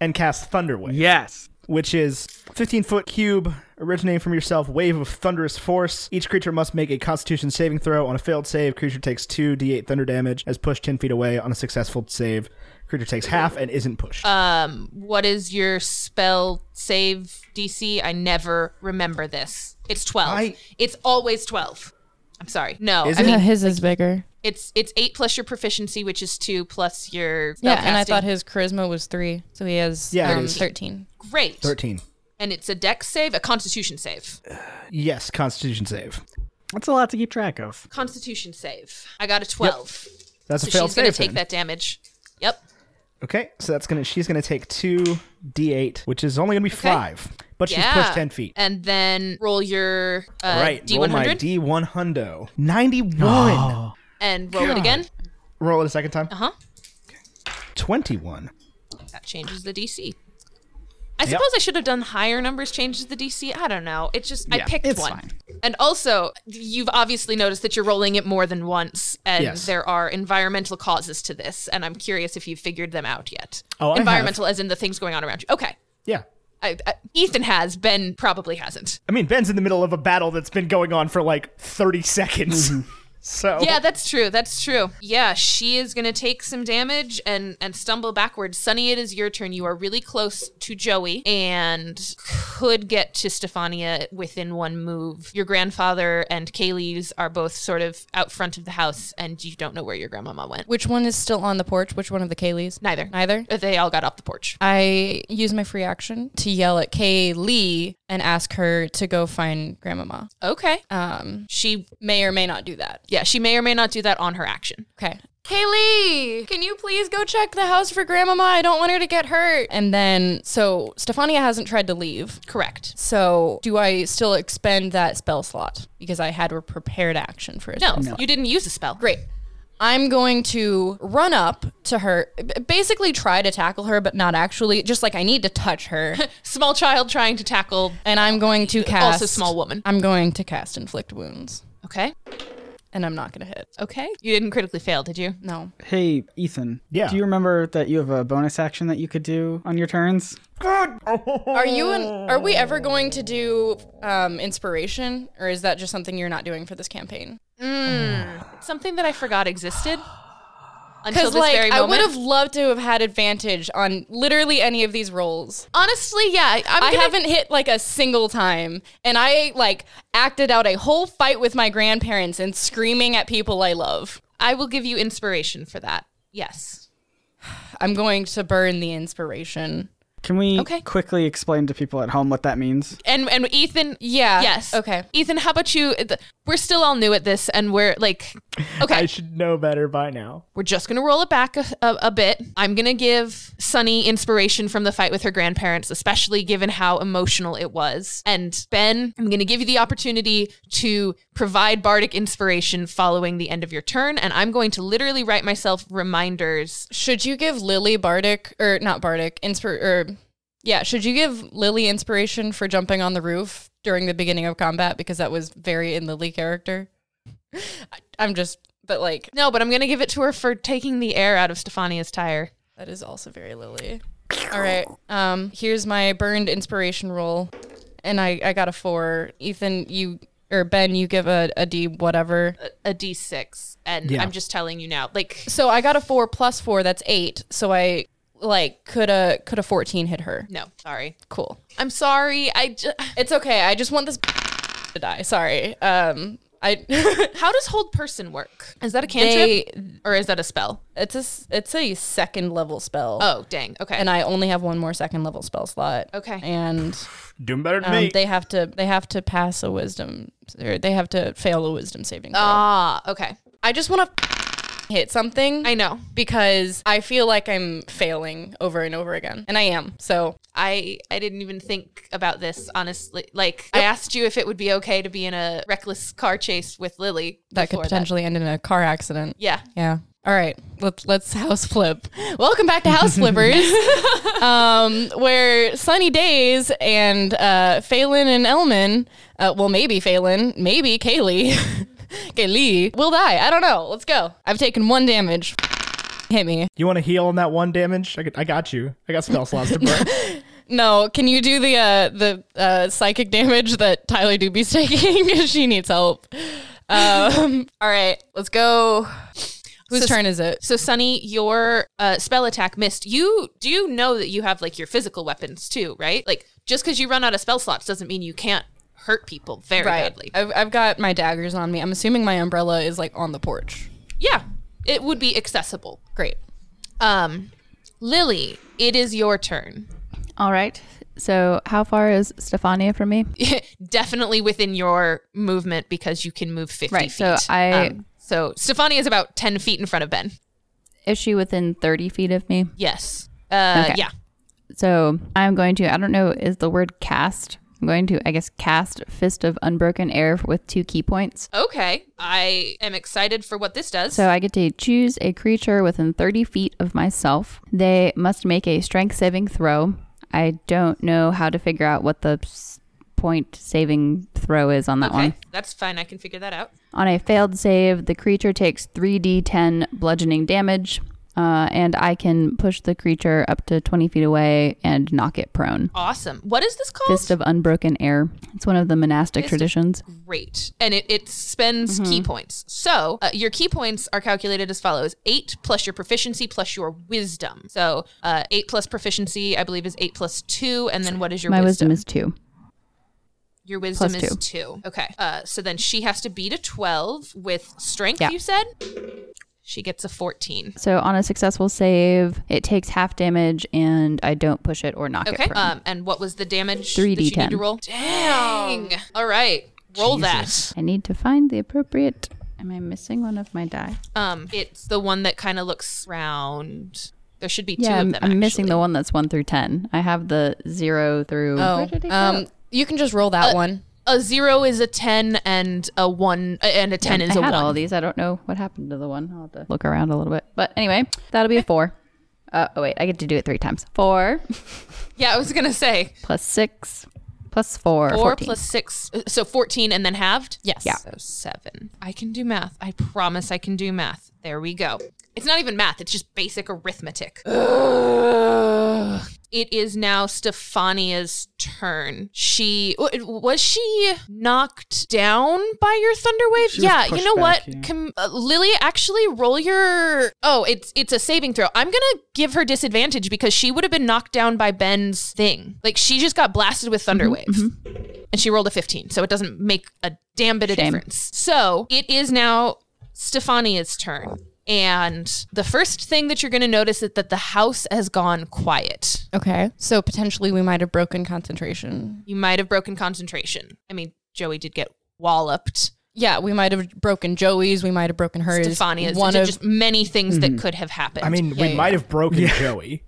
And cast Thunderwave, Yes. which is 15 foot cube originating from yourself. Wave of thunderous force. Each creature must make a Constitution saving throw. On a failed save, creature takes two d8 thunder damage. As pushed 10 feet away. On a successful save, creature takes half and isn't pushed. Uh, What is your spell save DC? I never remember this. It's 12. I- It's always 12. I'm sorry. No, Is I it? Yeah, mean his is bigger. it's it's 8 plus your proficiency which is 2 plus your Yeah, and I spellcasting. thought his charisma was three, so he has Yeah, it um, is. thirteen. great. 13. And it's a dex save, a constitution save. Yes, Constitution save. That's a lot to keep track of. Constitution save. I got a 12. That's So a failed she's going save. to take then. that damage. Yep. Okay, so that's gonna she's gonna take two d8, which is only gonna be five, but she's yeah. pushed ten feet. Uh, And then roll your uh, right, roll my D100 d1 hundo. Ninety-one. Oh. and roll it again. Roll it a second time. Uh-huh. Twenty-one. That changes the DC. I suppose I should have done higher numbers changes the DC. I don't know. It's just I picked it's one. fine. And also, you've obviously noticed that you're rolling it more than once and Yes. there are environmental causes to this and I'm curious if you've figured them out yet. Oh, I have. environmental as in the things going on around you. Okay. Yeah, I, I, Ethan has, Ben probably hasn't. Mm-hmm. I mean Ben's in the middle of a battle that's been going on for like thirty seconds. [laughs] So Yeah, that's true. That's true. Yeah, she is gonna take some damage and and stumble backwards. Sunny, it is your turn. You are really close to Joey and could get to Stefania within one move. Your grandfather and Kaylee's are both sort of out front of the house, and you don't know where your grandmama went. Which one is still on the porch? Which one of the Kaylees? Neither. Neither? They all got off the porch. I use my free action to yell at Kaylee and ask her to go find Grandmama. Okay. Um, She, may or may not do that. yeah, she may or may not do that on her action. Okay. Kaylee, Can you please go check the house for Grandmama? I don't want her to get hurt. And then, so Stefania hasn't tried to leave. Correct. So, do I still expend that spell slot because I had a prepared action for it? No, you didn't use a spell. Great. I'm going to run up to her, b- basically try to tackle her, but not actually. Just like I need to touch [laughs] her, Small child trying to tackle. and I'm going to cast. Also small woman. I'm going to cast inflict wounds, Okay. and I'm not going to hit. Okay. You didn't critically fail, did you? No. Hey, Ethan. Yeah. Do you remember that you have a bonus action that you could do on your turns? Are you? An, are we ever going to do um, inspiration, or is that just something you're not doing for this campaign? Something that I forgot [gasps] existed until Because this like very I moment. would have loved to have had advantage on literally any of these rolls. honestly, yeah. I'm I gonna- haven't hit like a single time, and I like acted out a whole fight with my grandparents and screaming at people I love. I will give you inspiration for that. Yes. I'm going to burn the inspiration. Can we Okay. quickly explain to people at home what that means? And and Ethan. Yeah. Yes. Okay. Ethan, how about you? th- We're still all new at this, and we're like, okay, I should know better by now. we're just gonna roll it back a, a, a bit. I'm gonna give Sunny inspiration from the fight with her grandparents, especially given how emotional it was. And Ben, I'm gonna give you the opportunity to provide bardic inspiration following the end of your turn, and I'm going to literally write myself reminders. Should you give Lily Bardic or not Bardic inspir or yeah? Should you give Lily inspiration for jumping on the roof during the beginning of combat because that was very in Lily character? [laughs] I, I'm just, but like No, but I'm gonna give it to her for taking the air out of Stefania's tire. that is also very Lily. All right. Um. Here's my burned inspiration roll, and I I got a four. Ethan, you or Ben, you give a a D whatever. A D6, and I'm just telling you now, like. So I got a four plus four. That's eight. So I like could a could a fourteen hit her. No, sorry. Cool. I'm sorry. I ju- [laughs] It's okay. I just want this to die. Sorry. Um. I. [laughs] How does hold person work? Is that a They- cantrip or is that a spell? it's a s- it's a second level spell. Oh, dang. Okay. And I only have one more second level spell slot. Okay. And Doing better than um, they have to they have to pass a wisdom or they have to fail a wisdom saving throw. ah, okay. I just want to hit something. I know. because I feel like I'm failing over and over again, and I am. So I I didn't even think about this honestly. Like I asked you if it would be okay to be in a reckless car chase with Lily. that could before potentially end in a car accident. Yeah. Yeah. All right. Let's let's house flip. [laughs] Welcome back to House [laughs] Flippers, um, where Sunny Days and uh, Phelan and Elman, uh, well, maybe Phelan, maybe Kaylee, [laughs] Kaylee will die. I don't know. Let's go. I've taken one damage. Hit me. You want to heal on that one damage? I, got- I got you. I got spell slots [laughs] to burn. No, can you do the uh, the uh, psychic damage that Tyler Doobie's [laughs] taking? 'Cause she needs help. Um, all right, let's go. Whose So- turn is it? So Sunny, your uh, spell attack missed. You do know that you have like your physical weapons too, right? Like just because you run out of spell slots doesn't mean you can't hurt people very badly. I've, I've got my daggers on me. I'm assuming my umbrella is like on the porch. yeah, it would be accessible. Great. Um, Lily, it is your turn. All right. So, how far is Stefania from me? [laughs] Definitely within your movement because you can move 50 Right, feet. Um, so I- so Stefani is about 10 feet in front of Ben. Is she within 30 feet of me? Yes. Uh, Okay. Yeah. So, I'm going to, I don't know, is the word cast? I'm going to, I guess, cast Fist of Unbroken Air with two key points. Okay. I am excited for what this does. So I get to choose a creature within 30 feet of myself. They must make a strength saving throw. I don't know how to figure out what the s- point saving throw is on that okay. one. That's fine. I can figure that out. On a failed save, the creature takes 3d10 bludgeoning damage. uh, and I can push the creature up to 20 feet away and knock it prone. Awesome. What is this called? Fist of Unbroken Air. It's one of the monastic Fist of- traditions. Great. And it, it spends Mm-hmm. key points. So uh, your key points are calculated as follows eight plus your proficiency plus your wisdom. So uh, eight plus proficiency, I believe, is eight plus two. And then what is your My wisdom? wisdom is two. your wisdom plus is two. Okay. Uh, so then she has to beat a 12 with strength, Yeah. you said? She gets a 14. So on a successful save, it takes half damage, and I don't push it or knock Okay. it prone. Um, and what was the damage that 3D10. you need to roll? Dang. All right. Roll that. I need to find the appropriate. Am I missing one of my die? Um, it's the one that kind of looks round. There should be two yeah, of I'm, them. I'm missing actually. the one that's one through ten. I have the zero through. Oh, um, you can just roll that one. A zero is a ten, and a one uh, and a ten I is a had one. all these. I don't know what happened to the one. I'll have to look around a little bit. But anyway, that'll be a four. Uh, oh wait, I get to do it three times. [laughs] Four yeah, I was gonna say plus six plus four. four 14. plus six, uh, so fourteen, and then halved. Yes. Yeah. So seven. I can do math. I promise I can do math. There we go. It's not even math. It's just basic arithmetic. It is now Stefania's turn. She w- was she knocked down by your thunder wave? was yeah, you pushed know back, what? yeah. Com- uh, Lily, actually roll your Oh, it's it's a saving throw. I'm going to give her disadvantage because she would have been knocked down by Ben's thing. Like she just got blasted with thunder wave. And she rolled a 15, so it doesn't make a damn bit of Shame. difference. So, it is now Stefania's turn. And the first thing that you're going to notice is that the house has gone quiet. Okay. So potentially we might have broken concentration. You might have broken concentration. I mean, Joey did get walloped. Yeah, we might have broken Joey's. We might have broken hers. Stefania's. one One of Mhm. just many things that could have happened. I mean, we yeah, might have broken Joey.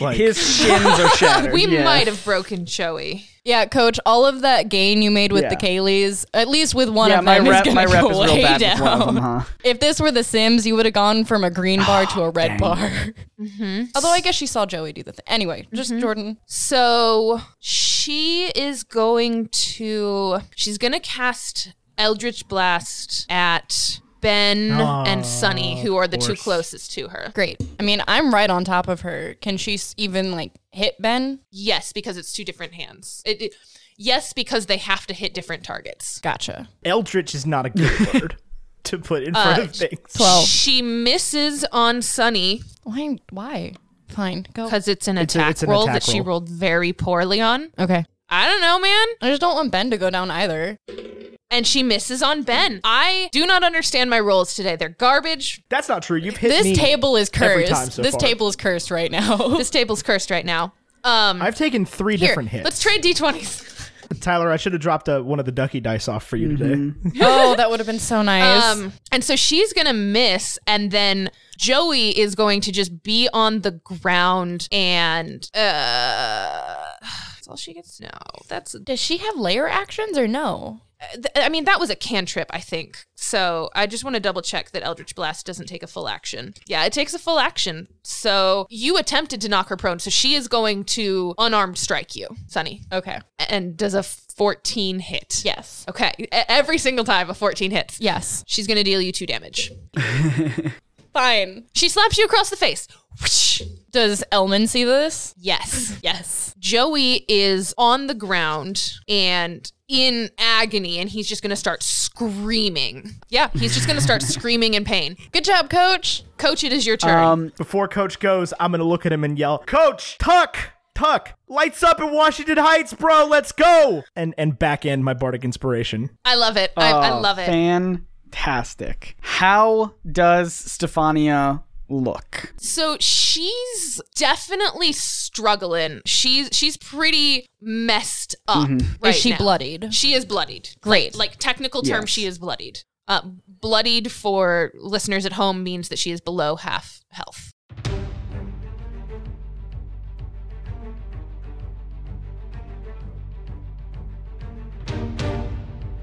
Like, His shins are shattered. we yeah. might have broken Joey. yeah, Coach. All of that gain you made with Yeah. the Kayleys, at least with one Yeah, of my them, rep, is my gonna rep go is way real bad down. with one of them, Ah, huh? If this were The Sims, you would have gone from a green bar to a red bar. [laughs] Although I guess she saw Joey do the thing. Anyway, just Jordan. So she is going to. She's going to cast Eldritch Blast at Ben Oh, and Sunny, who are the two closest to her. Great. I mean, I'm right on top of her. Can she s- even like hit Ben? Yes, because it's two different hands. It, it, yes, because they have to hit different targets. Gotcha. Eldritch is not [laughs] a good word to put in front Uh, of things. Twelve. She misses on Sunny Why? Why? Fine. Go. because it's an a- attack it's an roll attack that she roll. rolled very poorly on. Okay. I don't know, man. I just don't want Ben to go down either. And she misses on Ben. I do not understand my rolls today. They're garbage. That's not true. You've hit This me. table is every time cursed. so this far. table is cursed right now. This table's cursed right now. Um, I've taken three here, different hits. Let's trade d20s. Tyler, I should have dropped uh one of the ducky dice off for you today. [laughs] [laughs] oh, that would have been so nice. Um, and so she's going to miss, and then Joey is going to just be on the ground and. Uh, that's all she gets? No. That's. Does she have layer actions or no? th- I mean, that was a cantrip, I think. So I just want to double check that Eldritch Blast doesn't take a full action. Yeah, it takes a full action. So you attempted to knock her prone, so she is going to unarmed strike you, Sunny. Okay. And does a 14 hit. Yes. Okay. E- Every single time a 14 hits. Yes. She's going to deal you two damage. Fine. She slaps you across the face. Whoosh. Does Elman see this? Yes. Yes. Joey is on the ground and in agony, and he's just going to start screaming. Yeah, he's just going to [laughs] start screaming in pain. Good job, coach. Coach, it is your turn. Um, [laughs] Before Coach goes, I'm going to look at him and yell, Coach, Tuck, Tuck, lights up in Washington Heights, bro, let's go. And and back end my Bardic Inspiration. I love it. I, I Oh, love it. Fantastic. How does Stefania look? So she's definitely struggling. She's she's pretty messed up. Right is she now. bloodied? She is bloodied. Great. Like technical term, Yes. she is bloodied. Uh, bloodied for listeners at home means that she is below half health.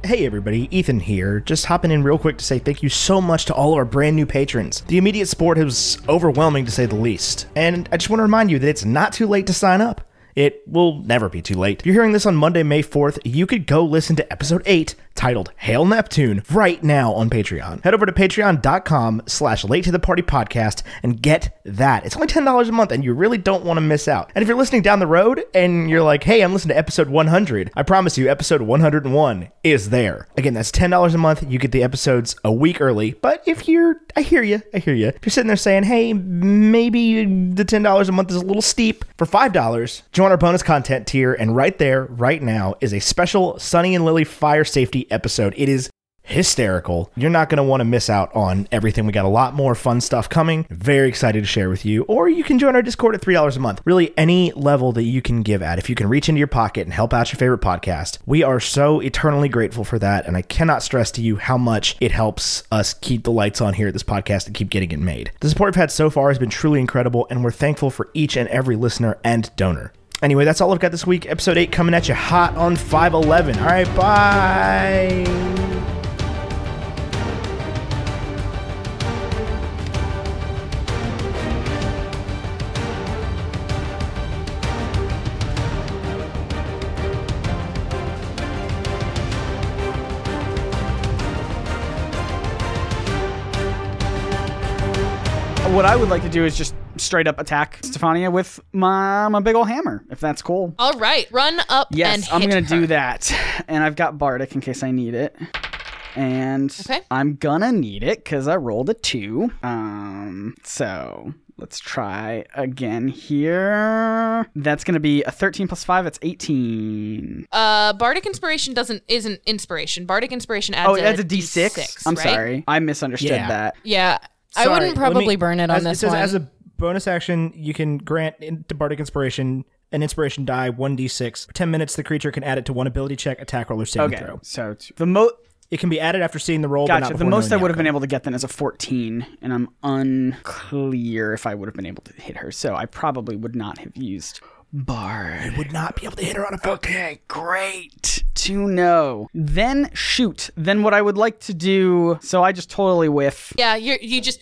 Hey everybody, Ethan here. Just hopping in real quick to say thank you so much to all of our brand new patrons. The immediate support was overwhelming to say the least. And I just want to remind you that it's not too late to sign up. It will never be too late. If you're hearing this on Monday, May 4th, you could go listen to episode 8 titled Hail Neptune right now on Patreon. Head over to patreon.com slash late to the party podcast and get that. It's only $10 a month and you really don't want to miss out. And if you're listening down the road and you're like, hey, I'm listening to episode 100, I promise you episode 101 is there. Again, that's $10 a month. You get the episodes a week early. But if you're, I hear you, I hear you. If you're sitting there saying, hey, maybe the $10 a month is a little steep, for $5, join our bonus content tier. And right there, right now, is a special Sunny and Lily fire safety episode. It is hysterical. You're not going to want to miss out on everything. We got a lot more fun stuff coming. Very excited to share with you. Or you can join our Discord at $3 a month. Really, any level that you can give at. If you can reach into your pocket and help out your favorite podcast, we are so eternally grateful for that. And I cannot stress to you how much it helps us keep the lights on here at this podcast and keep getting it made. The support we've had so far has been truly incredible, and we're thankful for each and every listener and donor. Anyway, that's all I've got this week. Episode 8 coming at you hot on 511. All right, bye. What I would like to do is just straight up attack Stefania with my, my big old hammer, if that's cool. All right, run up Yes, and I'm hit gonna her. do that, and I've got bardic in case I need it, and Okay. I'm gonna need it because I rolled a two. Um, so let's try again here. That's gonna be a 13 plus five. That's 18. Uh, bardic inspiration doesn't isn't inspiration. Bardic inspiration adds oh, it adds a a D6. I'm right? sorry, I misunderstood Yeah. that. Yeah, I wouldn't Sorry, let probably me- burn it on as, this it says, one. As a bonus action, you can grant in, to bardic inspiration an inspiration die one d6. For ten minutes, the creature can add it to one ability check, attack roll, or saving Okay, throw. so t- the most It can be added after seeing the roll. But gotcha. not The before most I knowing the would have been outcome. able to get then is a 14, and I'm unclear if I would have been able to hit her. So I probably would not have used bard. would not be able to hit her on a vote. Okay, great to know. Then shoot. Then what I would like to do. So I just totally whiff. Yeah, you you just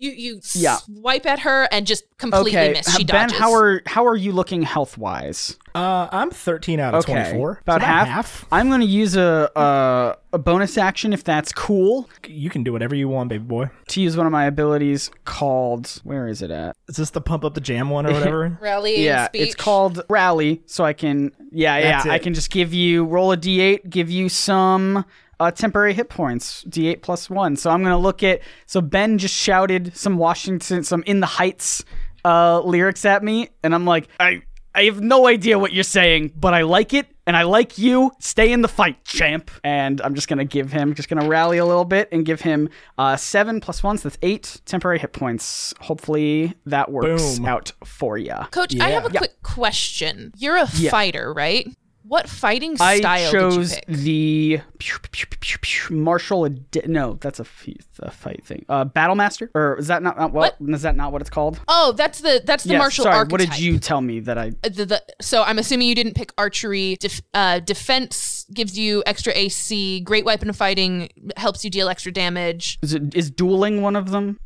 you you Yeah. swipe at her and just completely Okay, miss. She Ben, dodges. how are how are you looking health wise? Uh, I'm 13 out of 24. So about, half. I'm gonna use a, a a bonus action if that's cool You can do whatever you want, baby boy. to use one of my abilities called where is it at? Is this the pump up the jam [laughs] one or whatever? rallying yeah, speech? it's called rally. So I can yeah That's yeah I it. can just give you roll a d8, give you some uh, temporary hit points, d8 plus one. So I'm gonna look at so Ben just shouted some Washington, some in the heights uh, lyrics at me, and I'm like I I have no idea what you're saying, but I like it. And I like you. Stay in the fight, champ. And I'm just gonna give him, just gonna rally a little bit and give him uh, seven plus one, so that's eight temporary hit points. Hopefully that works Boom. out for ya. Coach, I have a Yeah. quick question. You're a fighter, right? What fighting I style chose did you pick? the pew, pew, pew, pew, pew, martial. Adi- no, that's a, f- a fight thing. Uh, Battlemaster, or is that not, not what? Is that not what it's called? Oh, that's the that's the Yes, martial sorry. archetype. What did you tell me that I? Uh, The, the, so I'm assuming you didn't pick archery. Def, uh, defense gives you extra AC. Great weapon fighting helps you deal extra damage. Is, it, is dueling one of them?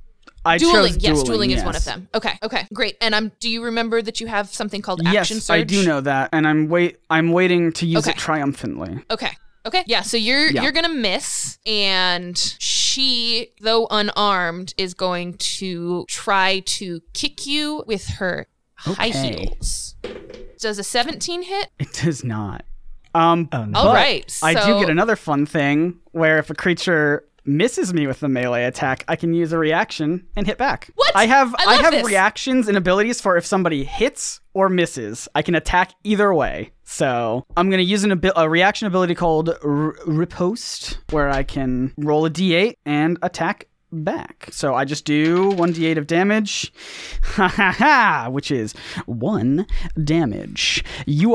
I Dueling, chose yes, dueling, is one of yes. them. Okay, okay, great. And I'm. Do you remember that you have something called action Yes, surge? I do know that, and I'm wait. I'm waiting to use it Okay. triumphantly. Okay. Okay. Yeah. So you're Yeah. you're gonna miss, and she, though unarmed, is going to try to kick you with her high Okay. heels. Does a 17 hit? It does not. Um, oh, no. All right. I do so- get another fun thing where if a creature misses me with a melee attack, I can use a reaction and hit back. What? I have I I, love have this. reactions and abilities for if somebody hits or misses. I can attack either way. So I'm gonna use an abi- a reaction ability called r- riposte, where I can roll a d8 and attack back. So I just do 1d8 of damage. [laughs] Ha ha ha! Which is 1 damage. You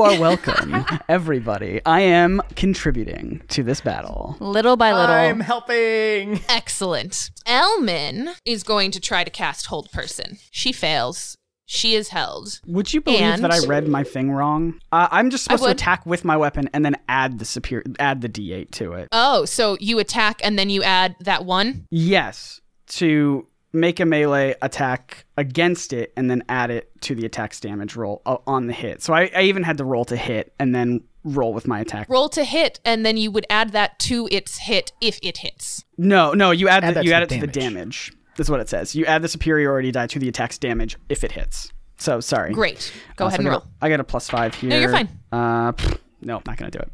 [laughs] are welcome, everybody. I am contributing to this battle. Little by little. I'm helping. Excellent. Elman is going to try to cast hold person. She fails. She is held. Would you believe And- that I read my thing wrong? Uh, I'm just I supposed to would. attack with my weapon and then add the superior, add the d8 to it. Oh, so you attack and then you add that one. Yes, to make a melee attack against it and then add it to the attack's damage roll uh, on the hit. So I, I even had to roll to hit and then roll with my attack. Roll to hit, and then you would add that to its hit if it hits. No, no, you add, Add the, that you to add the it to the damage. That's what it says. You add the superiority die to the attack's damage if it hits. So sorry. Great. Go Uh, ahead so and I roll. got a- I got a plus five here. you're fine. Uh, pff, no, not gonna do it.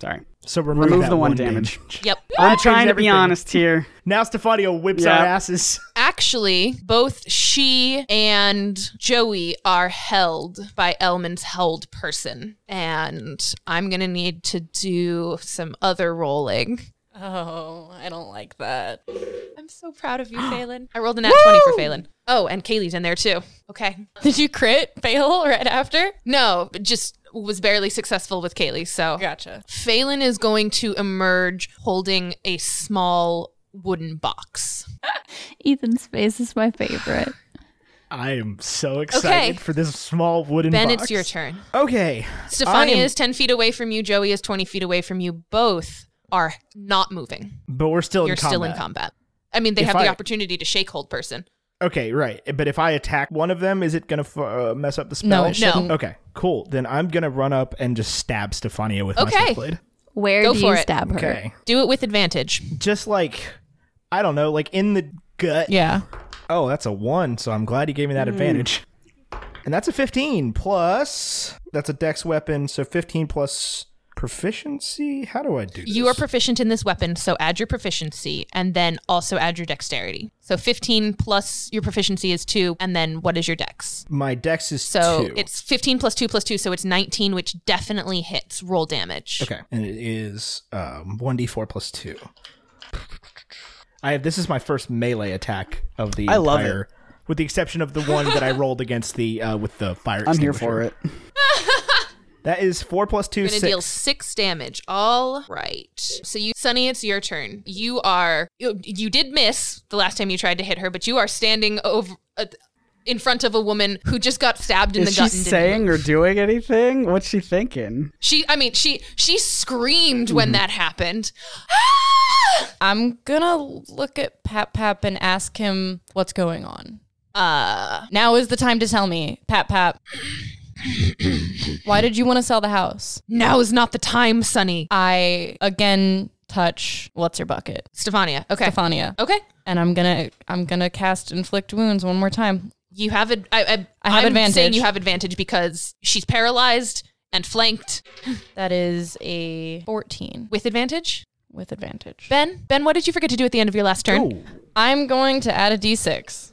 Sorry. So remove, Remove that the one damage. Yep. I'm changed trying to everything. be honest here. Now Stefania whips Yeah. our asses. [laughs] Actually, both she and Joey are held by Elman's held person. And I'm going to need to do some other rolling. Oh, I don't like that. I'm so [gasps] proud of you, Phelan. I rolled an at 20 for Phelan. Oh, and Kaylee's in there too. Okay. Did you crit, fail [laughs] right after? No, just was barely successful with Kaylee. So Gotcha. Phelan is going to emerge holding a small wooden box. Ethan's face is my favorite. I am so excited for this small wooden Ben, box. it's your turn. Okay. Stefania I am- is 10 feet away from you. Joey is 20 feet away from you. Both are not moving. But we're still You're in combat. still in combat. I mean, they If have I- the opportunity to shake hold person. Okay, right. But if I attack one of them, is it going to uh, mess up the spell? No, it No. shouldn't. Okay, cool. Then I'm going to run up and just stab Stefania with my Okay. switchblade. Where Go do for you it. stab her? Okay. Do it with advantage. Just like, I don't know, like in the gut. Yeah. Oh, that's a one. So I'm glad you gave me Mm. that advantage. And that's a 15 plus. That's a dex weapon. So 15 plus proficiency. How do I do this? You are proficient in this weapon, so add your proficiency and then also add your dexterity. So 15 plus your proficiency is 2, and then what is your dex? my dex is So two. it's 15 plus 2 plus 2, so it's 19, which definitely hits roll damage. okay, and it is um, 1d4 plus two. I have this is my first melee attack of the. I love entire- with the exception of the one that [laughs] I rolled against the uh, with the fire. [laughs] I'm here for it. That is four plus two, You're gonna six. deal six damage. All right. So you, Sunny, it's your turn. You are you, you did miss the last time you tried to hit her, but you are standing over uh, in front of a woman who just got stabbed in Is the she gut. and didn't saying move. or doing anything? What's she thinking? She, I mean, she she screamed when that happened. [gasps] I'm gonna look at Pap Pap and ask him what's going on. Uh, now is the time to tell me, Pap Pap. why did you want to sell the house? Now is not the time, Sunny. Uh, I again touch what's her bucket, Stefania. Okay. Stefania, Okay. and I'm gonna I'm gonna cast inflict wounds one more time. You have ad- I, I, I have I'm advantage. Saying you have advantage because she's paralyzed and flanked That is a 14 with advantage. with advantage. Ben, Ben, what did you forget to do at the end of your last turn? I'm going to add a d6.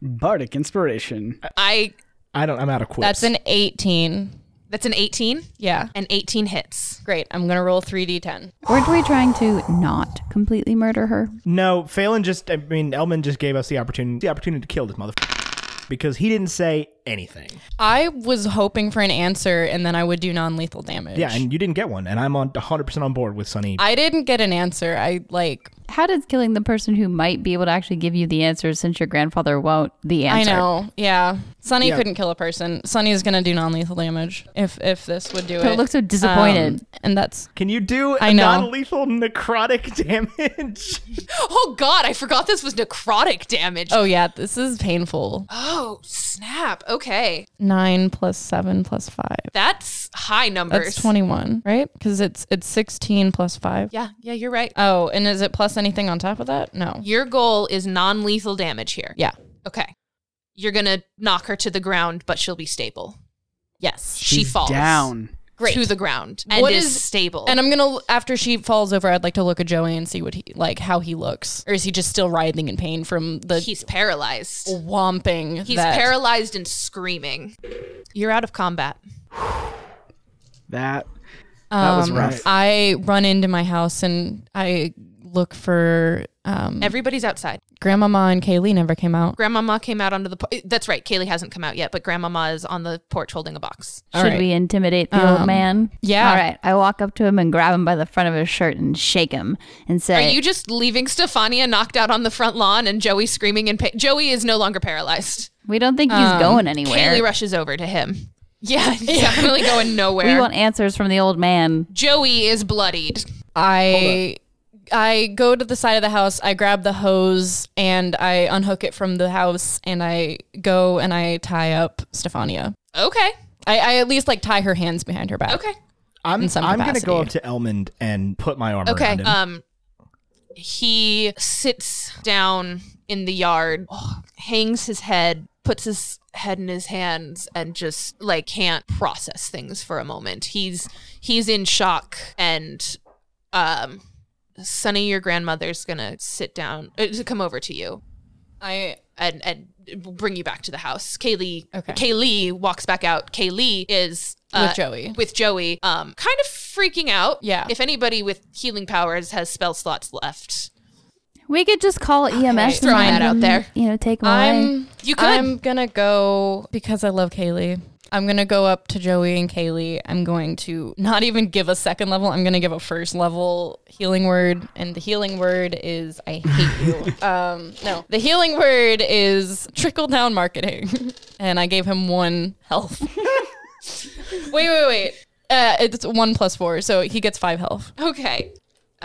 Bardic Uh, inspiration. I I don't. I'm out of quotes. That's an 18. That's an 18 Yeah, and 18 hits. great. I'm gonna roll 3d10. Weren't we trying to not completely murder her? No, Phelan just. I mean, Elman just gave us the opportunity. The opportunity to kill this mother. Because he didn't say anything. I was hoping for an answer, and then I would do non-lethal damage. Yeah, and you didn't get one, and I'm on 100% on board with Sunny. I didn't get an answer. I like How does killing the person who might be able to actually give you the answer since your grandfather won't the I answer? know. Yeah. Sunny couldn't kill a person. Sunny is gonna do non-lethal damage if if this would do it. Don't look so disappointed. Um, and that's Can you do I a know. non-lethal necrotic [laughs] damage? Oh god, I forgot this was necrotic damage. Oh yeah, this is painful. Oh, snap. Okay. 9 plus 7 plus 5. That's high numbers. That's 21, right? Cuz it's it's 16 plus 5. Yeah, yeah, you're right. Uh, Oh, and is it plus anything on top of that? No. Your goal is non-lethal damage here. Yeah. Okay. You're going to knock her to the ground, but she'll be stable. Yes. she She's falls down. Great. to the ground and What is, is- stable. And I'm gonna after she falls over, I'd like to look at Joey and see what he like how he looks, or is he just still writhing in pain from the he's paralyzed. whomping? He's that- paralyzed and screaming. You're out of combat. That that was Um, rough. I run into my house and I look for um, Everybody's outside. Grandmama and Kaylee never came out. Grandmama came out onto the. Po- That's right. Kaylee hasn't come out yet, but Grandmama is on the porch holding a box. All Should right. we intimidate the Um, old man? yeah. All right. I walk up to him and grab him by the front of his shirt and shake him and Are say, you just leaving Stefania knocked out on the front lawn and Joey screaming in pain? Joey is no longer paralyzed. We don't think he's going anywhere. um, Kaylee rushes over to him. Yeah, [laughs] he's definitely going nowhere. we want answers from the old man. Joey is bloodied. I I go to the side of the house. I grab the hose and I unhook it from the house and I go and I tie up Stefania. Okay. I, I at least like tie her hands behind her back. Okay. I'm, in some I'm gonna capacity. go up to Elmond and put my arm Okay. around him. Um, he sits down in the yard, hangs his head, puts his head in his hands, and just like can't process things for a moment. He's he's in shock, and um, Sonny, your grandmother's gonna sit down uh, to come over to you I and and bring you back to the house. Kaylee, Okay. Kaylee walks back out. Kaylee is uh, With Joey. With Joey, um, kind of freaking out. Yeah. If anybody with healing powers has spell slots left, We could just call E EMS. and throwing have that out them, there. You know, take them away. I'm You you could. I'm gonna go because I love Kaylee. I'm gonna go up to Joey and Kaylee. I'm going to not even give a second level. I'm gonna give a first level healing word, and the healing word is I hate [laughs] you. um, no, the healing word is trickle down marketing, [laughs] and I gave him one [laughs] health. wait, wait, wait. Uh, it's one plus four, so he gets five health. okay.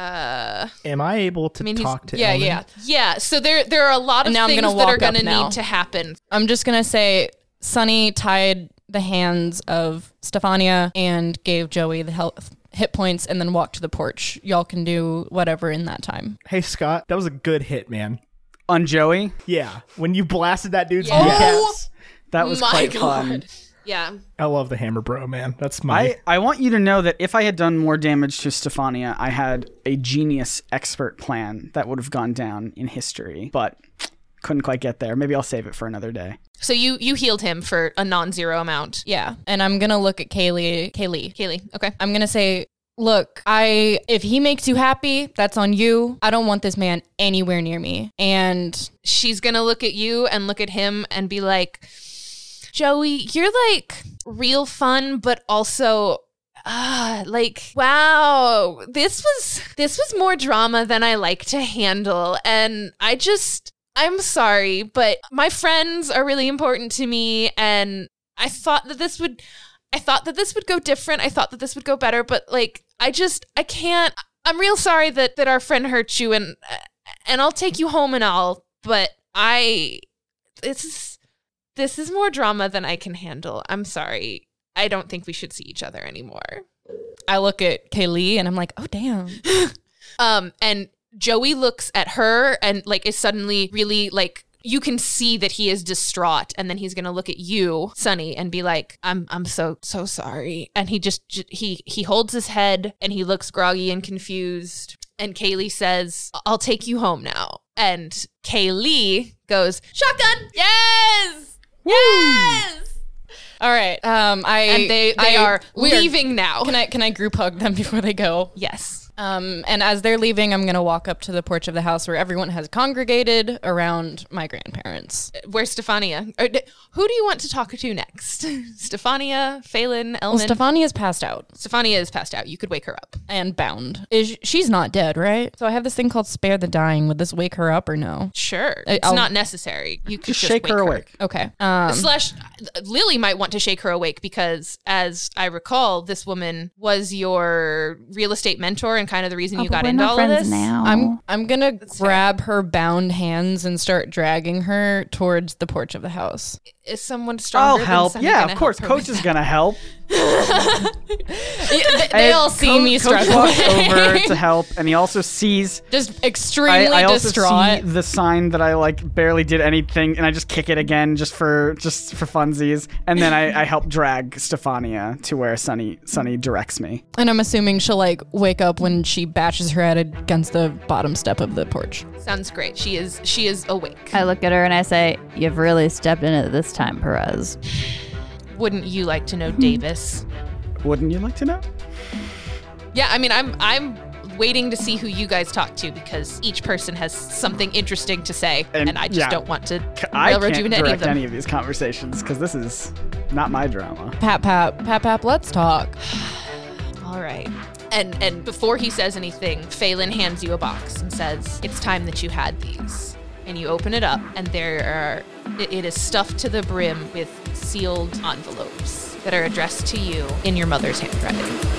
Am I able to mean, he's- talk to Yeah, Elmond? yeah. Yeah. So there there are a lot of And now I'm things gonna that are walk up gonna now. need to happen. I'm just gonna say Sonny tied the hands of Stefania and gave Joey the health hit points and then walked to the porch. Y'all can do whatever in that time. Hey Scott, that was a good hit, man. On Joey, Yeah, when you blasted that dude's Yeah. kneecaps. that was My quite God. fun. Yeah. I love the hammer, bro, man. That's my. I, I want you to know that if I had done more damage to Stefania, I had a genius expert plan that would have gone down in history, but couldn't quite get there. Maybe I'll save it for another day. So you you healed him for a non-zero amount. Yeah. And I'm gonna look at Kaylee Kaylee. Kaylee. Okay. I'm gonna say, look, I if he makes you happy, that's on you. I don't want this man anywhere near me. And she's gonna look at you and look at him and be like, Joey, you're like real fun, but also ah, like wow, this was this was more drama than I like to handle, and I just. I'm sorry, but my friends are really important to me and I thought that this would I thought that this would go different. I thought that this would go better, but like I just I can't I'm real sorry that that our friend hurt you and and I'll take you home and all, but I this is this is more drama than I can handle. I'm sorry. I don't think we should see each other anymore. I look at Kaylee and I'm like, oh [laughs] damn. Um and Joey looks at her and like is suddenly really like you can see that he is distraught and then he's going to look at you, Sonny, and be like, "I'm I'm so so sorry." And he just j- he he holds his head and he looks groggy and confused. And Kaylee says, "I'll take you home now." And Kaylee goes, "Shotgun! Yes! Yes!" All right. Um I and they they I- are we leaving now. Can I can I group hug them [laughs] before they go? yes. Uh, Um, and as they're leaving, I'm going to walk up to the porch of the house where everyone has congregated around my grandparents. Where's Stefania? Or, d- who do you want to talk to next? [laughs] Stefania, Phelan, Well, Elman. Stefania's passed out Stefania is passed out. You could wake her up. and bound. Is she's not dead, right? So I have this thing called spare the dying. Would this wake her up or no? Sure, it's I'll- not necessary. You could Just, just, shake wake her awake. Okay. Um, Slash, Lily might want to shake her awake because, as I recall, this woman was your real estate mentor and kind of the reason you Oh, but got we're into not all of friends this. now. I'm I'm gonna grab her bound hands and start dragging her towards the porch of the house. Is someone stronger? I'll than help. Sunny Yeah, gonna of course. help her Coach with is [laughs] that? going to help. they they all see Co- me Coach walks struggling, over [laughs] to help, and he also sees. just I, extremely I also distraught. see the sign that I like barely did anything, and I just kick it again just for just for funsies, and then I, I help drag Stefania to where Sunny Sunny directs me. And I'm assuming she'll like wake up when she bashes her head against the bottom step of the porch. [laughs] Sounds great. She is. She is awake. Uh, I look at her and I say, You've really stepped in it this time, Perez. Wouldn't you like to know, hmm. Davis? Wouldn't you like to know? Yeah, I mean, I'm I'm waiting to see who you guys talk to because each person has something interesting to say, And- and, I just yeah. don't want to I railroad can't you into direct any of them. any of these conversations because this is not my drama. Pap, pap, pap, pap, let's talk. All right. And and before he says anything, Phelan hands you a box and says, "It's time that you had these." And you open it up, and there are it- it is stuffed to the brim with sealed envelopes that are addressed to you in your mother's handwriting.